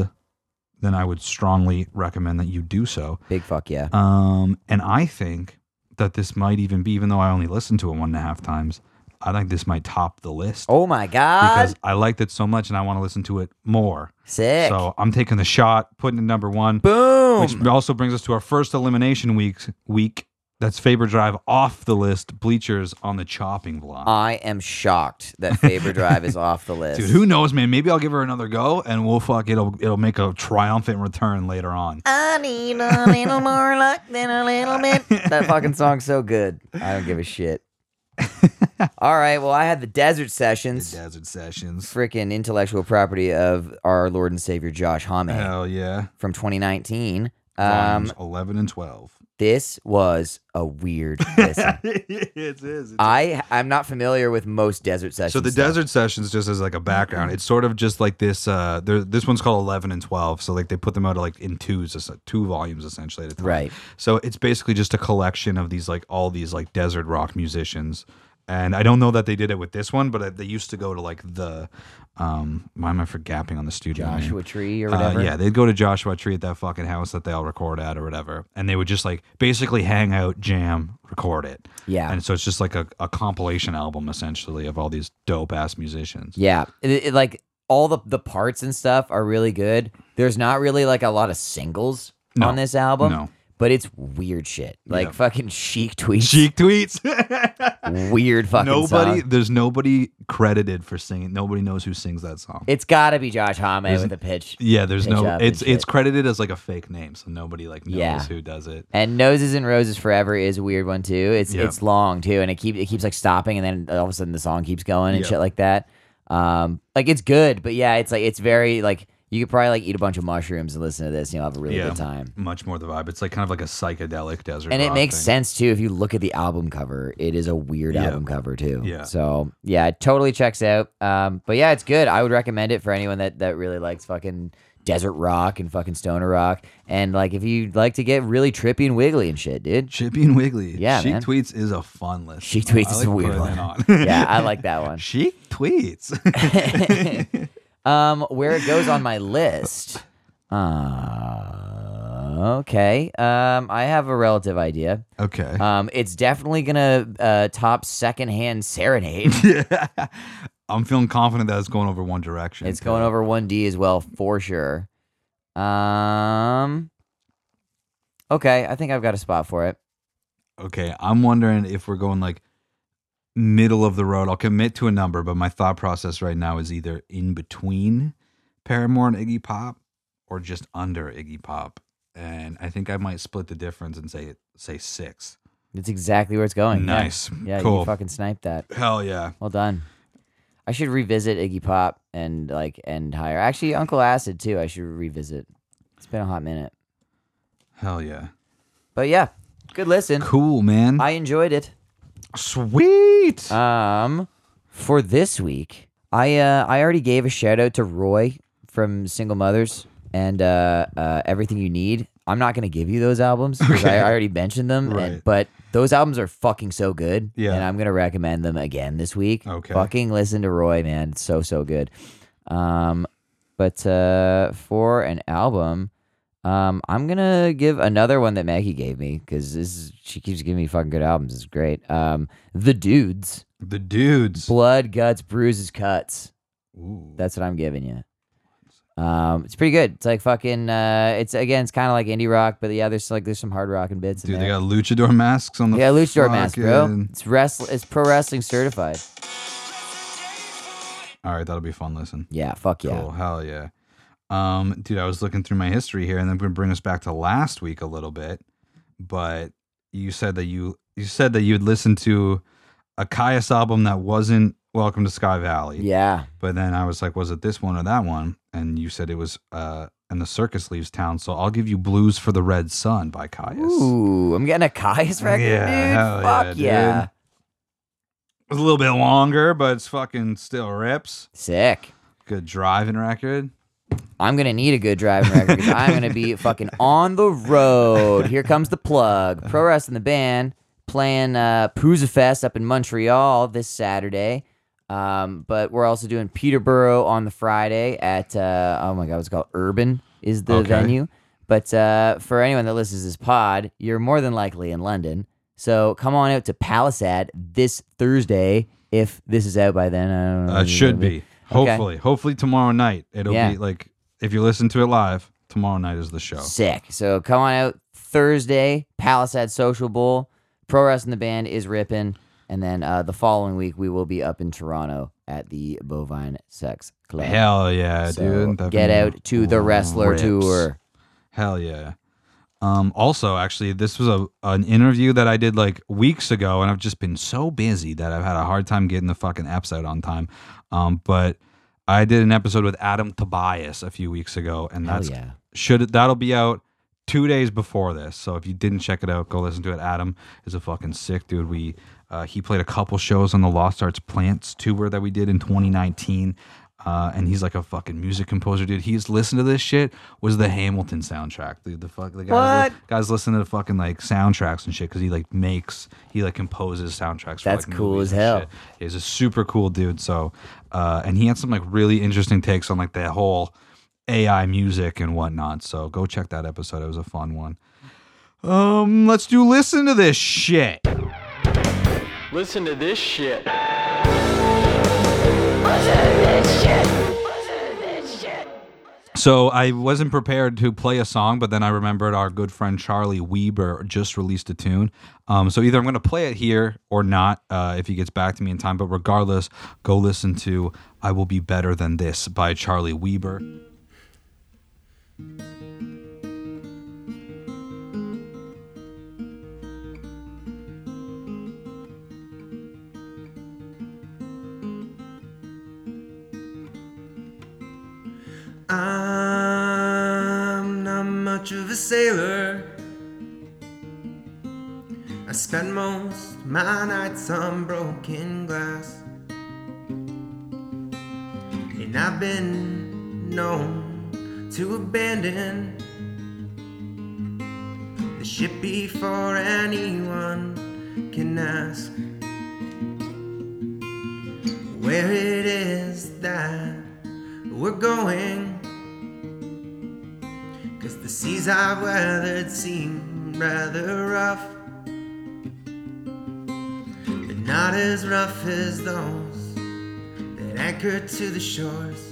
Speaker 1: then I would strongly recommend that you do so.
Speaker 2: Big fuck yeah.
Speaker 1: Um, and I think that this might even be, even though I only listened to it one and a half times, I think this might top the list
Speaker 2: oh my god.
Speaker 1: because I liked it so much and I want to listen to it more.
Speaker 2: Sick.
Speaker 1: So I'm taking the shot, putting it number one,
Speaker 2: Boom.
Speaker 1: which also brings us to our first elimination week. Week that's Faber Drive off the list, Bleachers on the chopping block.
Speaker 2: I am shocked that Faber Drive is off the list.
Speaker 1: Dude, who knows, man? Maybe I'll give her another go, and we'll fuck. It'll it'll make a triumphant return later on.
Speaker 2: I need a little more luck than a little bit. That fucking song's so good. I don't give a shit. All right. Well, I had the desert sessions.
Speaker 1: Desert Sessions.
Speaker 2: freaking intellectual property of our Lord and Savior Josh Homme
Speaker 1: Hell yeah.
Speaker 2: from 2019.
Speaker 1: Volumes
Speaker 2: Um,
Speaker 1: 11 and 12.
Speaker 2: this was a weird listen.
Speaker 1: it is.
Speaker 2: I I'm not familiar with most desert sessions.
Speaker 1: So the
Speaker 2: stuff. Mm-hmm.
Speaker 1: desert sessions just as like a background. It's sort of just like this. Uh, there, this one's called eleven and twelve. So like they put them out like in twos, es- two volumes essentially at a time.
Speaker 2: Right.
Speaker 1: So it's basically just a collection of these like all these like desert rock musicians. And I don't know that they did it with this one, but uh, they used to go to like the. Um, why am I forgapping on the studio? name?
Speaker 2: Joshua Tree or
Speaker 1: Uh,
Speaker 2: whatever.
Speaker 1: yeah, they'd go to Joshua Tree at that fucking house that they all record at or whatever, and they would just like basically hang out, jam, record it.
Speaker 2: Yeah.
Speaker 1: and so it's just like a, a compilation album essentially of all these dope ass musicians.
Speaker 2: Yeah. It- it- like all the the parts and stuff are really good. There's not really like a lot of singles
Speaker 1: No.
Speaker 2: on this album.
Speaker 1: No.
Speaker 2: But it's weird shit. Like
Speaker 1: Yeah.
Speaker 2: fucking chic tweets.
Speaker 1: Cheek tweets.
Speaker 2: Weird fucking
Speaker 1: nobody,
Speaker 2: song.
Speaker 1: there's nobody credited for singing. Nobody knows who sings that song.
Speaker 2: It's gotta be Josh Homme with a pitch.
Speaker 1: yeah, there's
Speaker 2: Pitch
Speaker 1: no.
Speaker 2: up and
Speaker 1: It's it's
Speaker 2: shit.
Speaker 1: credited as like a fake name, so nobody like knows
Speaker 2: Yeah.
Speaker 1: who does it.
Speaker 2: And noses and roses forever is a weird one too. It's
Speaker 1: Yeah.
Speaker 2: it's long too, and it keep it keeps like stopping, and then all of a sudden the song keeps going and
Speaker 1: Yeah.
Speaker 2: shit like that. Um, like it's good, but yeah, it's like it's very like You could probably like eat a bunch of mushrooms and listen to this, and you'll have a really
Speaker 1: yeah,
Speaker 2: good time.
Speaker 1: much more the vibe. It's like kind of like a psychedelic desert.
Speaker 2: And it
Speaker 1: rock
Speaker 2: makes
Speaker 1: thing.
Speaker 2: sense too if you look at the album cover. It is a weird
Speaker 1: Yeah.
Speaker 2: album cover too.
Speaker 1: Yeah.
Speaker 2: So yeah, it totally checks out. Um, but yeah, it's good. I would recommend it for anyone that that really likes fucking desert rock and fucking stoner rock. And like if you like to get really trippy and wiggly and shit, dude.
Speaker 1: Chippy and Wiggly.
Speaker 2: Yeah,
Speaker 1: She
Speaker 2: man.
Speaker 1: tweets is a fun list.
Speaker 2: She Tweets
Speaker 1: I
Speaker 2: is
Speaker 1: like
Speaker 2: a weird
Speaker 1: putting
Speaker 2: one.
Speaker 1: that on.
Speaker 2: yeah, I like that one.
Speaker 1: She tweets.
Speaker 2: Um, where it goes on my list. Uh, okay. Um, I have a relative idea.
Speaker 1: okay.
Speaker 2: Um, it's definitely gonna uh, top secondhand serenade.
Speaker 1: I'm feeling confident that it's going over One Direction.
Speaker 2: Uh, It's going over 1D as well for sure. Um Okay, I think I've got a spot for it.
Speaker 1: Okay. I'm wondering if we're going like middle of the road. I'll commit to a number, but my thought process right now is either in between Paramore and Iggy Pop or just under Iggy Pop. And I think I might split the difference and say say six.
Speaker 2: It's exactly where it's going. Oh, Yeah.
Speaker 1: Nice.
Speaker 2: Yeah,
Speaker 1: Cool.
Speaker 2: you fucking sniped that.
Speaker 1: Hell yeah.
Speaker 2: Well done. I should revisit Iggy Pop and like and higher. Actually, Uncle Acid too. I should revisit. It's been a hot minute.
Speaker 1: Hell yeah.
Speaker 2: But yeah, good listen.
Speaker 1: Cool, man.
Speaker 2: I enjoyed it.
Speaker 1: Sweet.
Speaker 2: Um, for this week, I uh, I already gave a shout out to Roy from Single Mothers and uh, uh, Everything You Need. I'm not gonna give you those albums because I already mentioned them. and-
Speaker 1: Right.
Speaker 2: but those albums are fucking so good.
Speaker 1: Yeah.
Speaker 2: And I'm gonna recommend them again this week.
Speaker 1: Okay.
Speaker 2: Fucking listen to Roy, man. It's so so good. Um, but uh, for an album. Um, I'm gonna give another one that Maggie gave me because this is, she keeps giving me fucking good albums. It's great. Um, the Dudes
Speaker 1: the dudes.
Speaker 2: blood, guts, bruises, cuts.
Speaker 1: Ooh.
Speaker 2: That's what I'm giving you. Um, it's pretty good. It's like fucking. Uh, it's again, it's kind of like indie rock, but yeah, there's like there's some hard rock and bits. in
Speaker 1: Dude, they
Speaker 2: there.
Speaker 1: got luchador masks on the
Speaker 2: yeah, luchador mask, bro.
Speaker 1: fucking-
Speaker 2: It's wrestle. It's pro wrestling certified.
Speaker 1: All right, that'll be a fun. Listen.
Speaker 2: Yeah, fuck yeah.
Speaker 1: Cool. Hell yeah. Um, dude, I was looking through my history here, and then gonna bring us back to last week a little bit. But you said that you you said that you'd listened to a Caius album that wasn't Welcome to Sky Valley.
Speaker 2: Yeah,
Speaker 1: But then I was like, was it this one or that one? And you said it was uh and the circus leaves town, so I'll give you Blues for the Red Sun by Caius.
Speaker 2: ooh, I'm getting a Caius record,
Speaker 1: Yeah, hell
Speaker 2: dude. Fuck
Speaker 1: yeah,
Speaker 2: yeah,
Speaker 1: dude. It was a little bit longer, but it's fucking still rips.
Speaker 2: sick.
Speaker 1: Good driving record.
Speaker 2: I'm gonna need a good driving record 'cause I'm gonna be fucking on the road. Here comes the plug. Pro Wrestling the band playing uh, Pooza Fest up in Montreal this Saturday. Um, but we're also doing Peterborough on the Friday at uh, oh my god, what's it called Urban is the
Speaker 1: Okay.
Speaker 2: venue. But uh, for anyone that listens to this pod, you're more than likely in London. So come on out to Palisade this Thursday. If this is out by then, I don't know.
Speaker 1: Uh, it should be.
Speaker 2: Okay.
Speaker 1: Hopefully. Hopefully tomorrow night. It'll
Speaker 2: Yeah.
Speaker 1: be like if you listen to it live, tomorrow night is the show.
Speaker 2: Sick. So come on out Thursday, Palisade Social Bowl. Pro Wrestling the Band is ripping. And then uh, the following week, we will be up in Toronto at the Bovine Sex Club.
Speaker 1: Hell yeah,
Speaker 2: So
Speaker 1: dude. That
Speaker 2: Get
Speaker 1: fucking
Speaker 2: out to the Wrestler
Speaker 1: rips.
Speaker 2: Tour.
Speaker 1: Hell yeah. Um, also, actually, this was a an interview that I did like weeks ago, and I've just been so busy that I've had a hard time getting the fucking apps out on time. Um, but I did an episode with Adam Tobias a few weeks ago, and
Speaker 2: Hell
Speaker 1: that's
Speaker 2: yeah.
Speaker 1: should that'll be out two days before this. So if you didn't check it out, go listen to it. Adam is a fucking sick dude. We uh, he played a couple shows on the Lost Arts Plants tour that we did in 2019. Uh, and he's like a fucking music composer, dude. He's listened to this shit. Was the Hamilton soundtrack, dude? The fuck, the guys, what? guys listen to the fucking like soundtracks and shit because he like makes, he like composes soundtracks.
Speaker 2: That's
Speaker 1: for, like,
Speaker 2: cool
Speaker 1: movies
Speaker 2: as
Speaker 1: and
Speaker 2: hell.
Speaker 1: shit is a super cool dude. So, uh, and he had some like really interesting takes on like the whole AI music and whatnot. So go check that episode. It was a fun one. Um, let's do listen to this shit.
Speaker 5: Listen to this shit.
Speaker 1: So I wasn't prepared to play a song, but then I remembered our good friend Charlie Weber just released a tune. Um, so either I'm going to play it here or not uh, if he gets back to me in time. But regardless, go listen to "I Will Be Better Than This" by Charlie Weber.
Speaker 8: I much of a sailor. I spend most of my nights on broken glass. And I've been known to abandon the ship before anyone can ask where it is that we're going. Cause the seas I've weathered seem rather rough, but not as rough as those that anchor to the shores.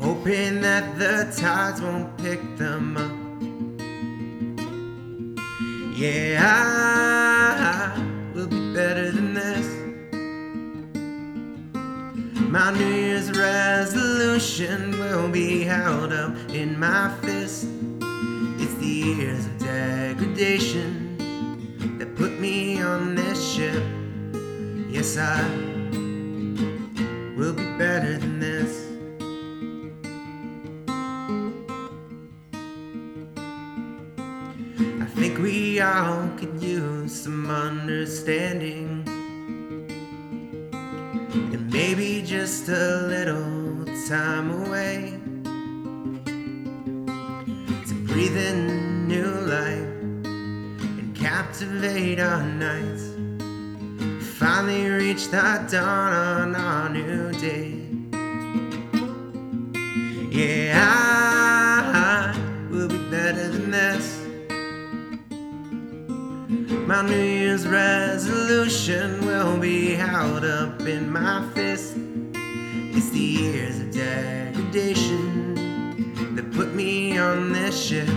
Speaker 8: Hoping that the tides won't pick them up. Yeah, I will be better than this. My New Year's resolution will be held up in my fist. It's the years of degradation that put me on this ship. Yes, I will be better than this. I think we all could use some understanding. And maybe just a little time away to breathe in new life and captivate our nights. Finally reach the dawn on our new day. Yeah, I will be better than this. My New Year's resolution will be held up in my fist. It's the years of degradation that put me on this ship.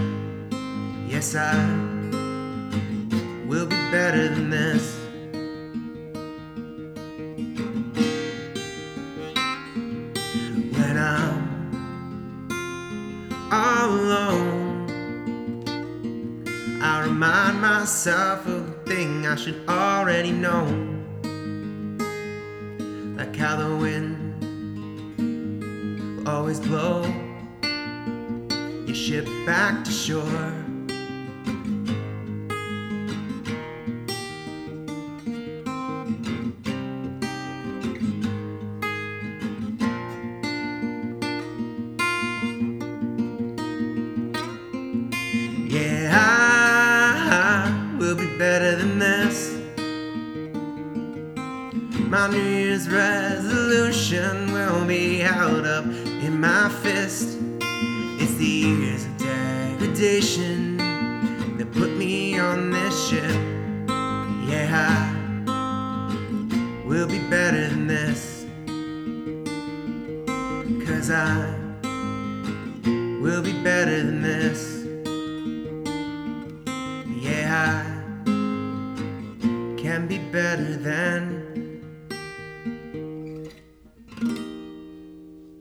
Speaker 8: Yes, I will be better than this. When I'm all alone. I remind myself of a thing I should already know. Like how the wind will always blow your ship back to shore. Yeah, I will be better than this. My New Year's resolution will be held up in my fist. It's the years of degradation that put me on this ship. Yeah, I will be better than this. Cause I will be better than this. Yeah, I can be better than.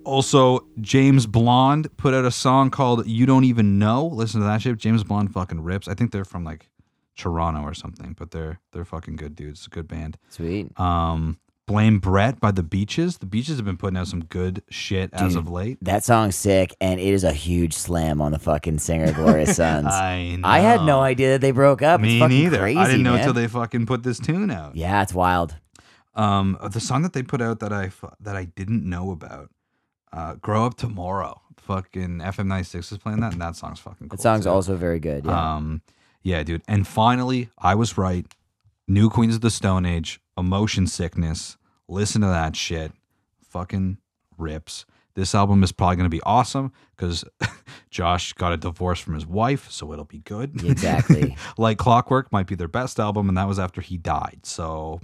Speaker 1: Also, James Blonde put out a song called You Don't Even Know. Listen to that shit. James Blonde fucking rips. I think they're from like Toronto or something, but they're they're fucking good dudes. It's a good band.
Speaker 2: Sweet.
Speaker 1: Um Blame Brett by the Beaches. The Beaches have been putting out some good shit as of late.
Speaker 2: That song's sick, and it is a huge slam on the fucking singer Glorious Sons.
Speaker 1: I know.
Speaker 2: I had no idea that they broke up. it's
Speaker 1: Me
Speaker 2: fucking
Speaker 1: neither.
Speaker 2: Crazy,
Speaker 1: I didn't know
Speaker 2: man.
Speaker 1: until they fucking put this tune out.
Speaker 2: Yeah, it's wild.
Speaker 1: Um, the song that they put out that I fu- that I didn't know about, uh, "Grow Up Tomorrow." Fucking FM 96 is playing that, and that song's fucking cool.
Speaker 2: That song's
Speaker 1: too.
Speaker 2: also very good. Yeah.
Speaker 1: Um, yeah, dude. And finally, I was right. New Queens of the Stone Age, Emotion Sickness. Listen to that shit. Fucking rips. This album is probably going to be awesome because Josh got a divorce from his wife, so it'll be good.
Speaker 2: Exactly.
Speaker 1: like Clockwork might be their best album, and that was after he died. So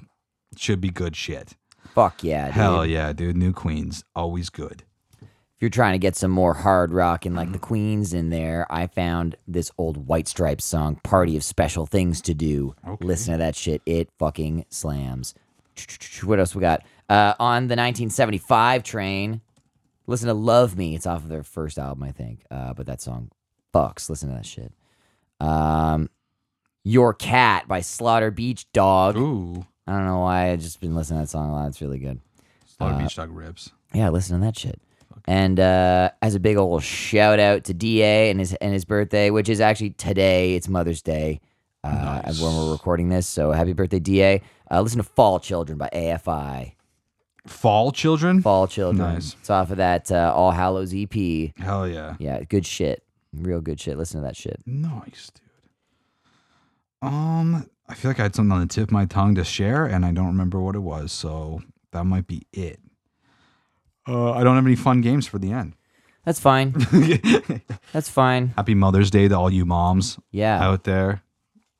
Speaker 1: should be good shit.
Speaker 2: Fuck yeah, dude.
Speaker 1: Hell yeah, dude. New Queens, always good.
Speaker 2: if you're trying to get some more hard rock and like the Queens in there, I found this old White Stripes song, "Party of Special Things to Do." Listen to that shit; it fucking slams. What else we got? Uh, on the 1975 train, listen to "Love Me." It's off of their first album, I think. Uh, but that song fucks. Listen to that shit. Um, "Your Cat" by Slaughter Beach Dog.
Speaker 1: Ooh.
Speaker 2: I don't know why I've just been listening to that song a lot. It's really good.
Speaker 1: Slaughter Beach Dog rips.
Speaker 2: Yeah, listen to that shit. And uh, as a big old shout out to Da and his and his birthday, which is actually today. It's Mother's Day uh, when we're recording this. So happy birthday, Da! Uh, listen to Fall Children by AFI.
Speaker 1: Fall children.
Speaker 2: Fall Children.
Speaker 1: Nice.
Speaker 2: It's off of that uh, All Hallows EP. Yeah,
Speaker 1: Hell yeah.
Speaker 2: good shit. Real good shit. Listen to that shit.
Speaker 1: Nice, dude. Um, I feel like I had something on the tip of my tongue to share, and I don't remember what it was, so that might be it. Uh, I don't have any fun games for the end.
Speaker 2: That's fine. That's fine.
Speaker 1: Happy Mother's Day to all you moms
Speaker 2: Yeah.
Speaker 1: out there.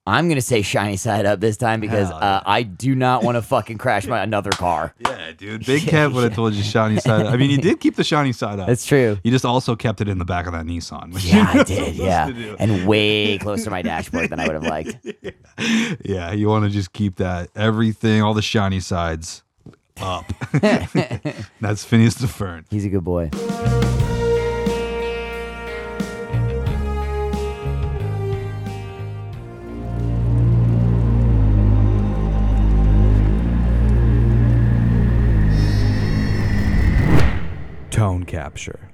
Speaker 2: I'm gonna say shiny side up this time because
Speaker 1: Hell
Speaker 2: uh, I do not want to fucking crash my another car.
Speaker 1: Yeah, dude. Big Kev would have told you shiny side up. I mean, he did keep the shiny side up.
Speaker 2: That's true.
Speaker 1: You just also kept it in the back of that Nissan. which-
Speaker 2: Yeah, I did. Yeah, and way closer to my dashboard than I would have liked.
Speaker 1: yeah, you want to just keep that everything, all the shiny sides up. That's Phineas the Fern.
Speaker 2: He's a good boy.
Speaker 9: Tone capture.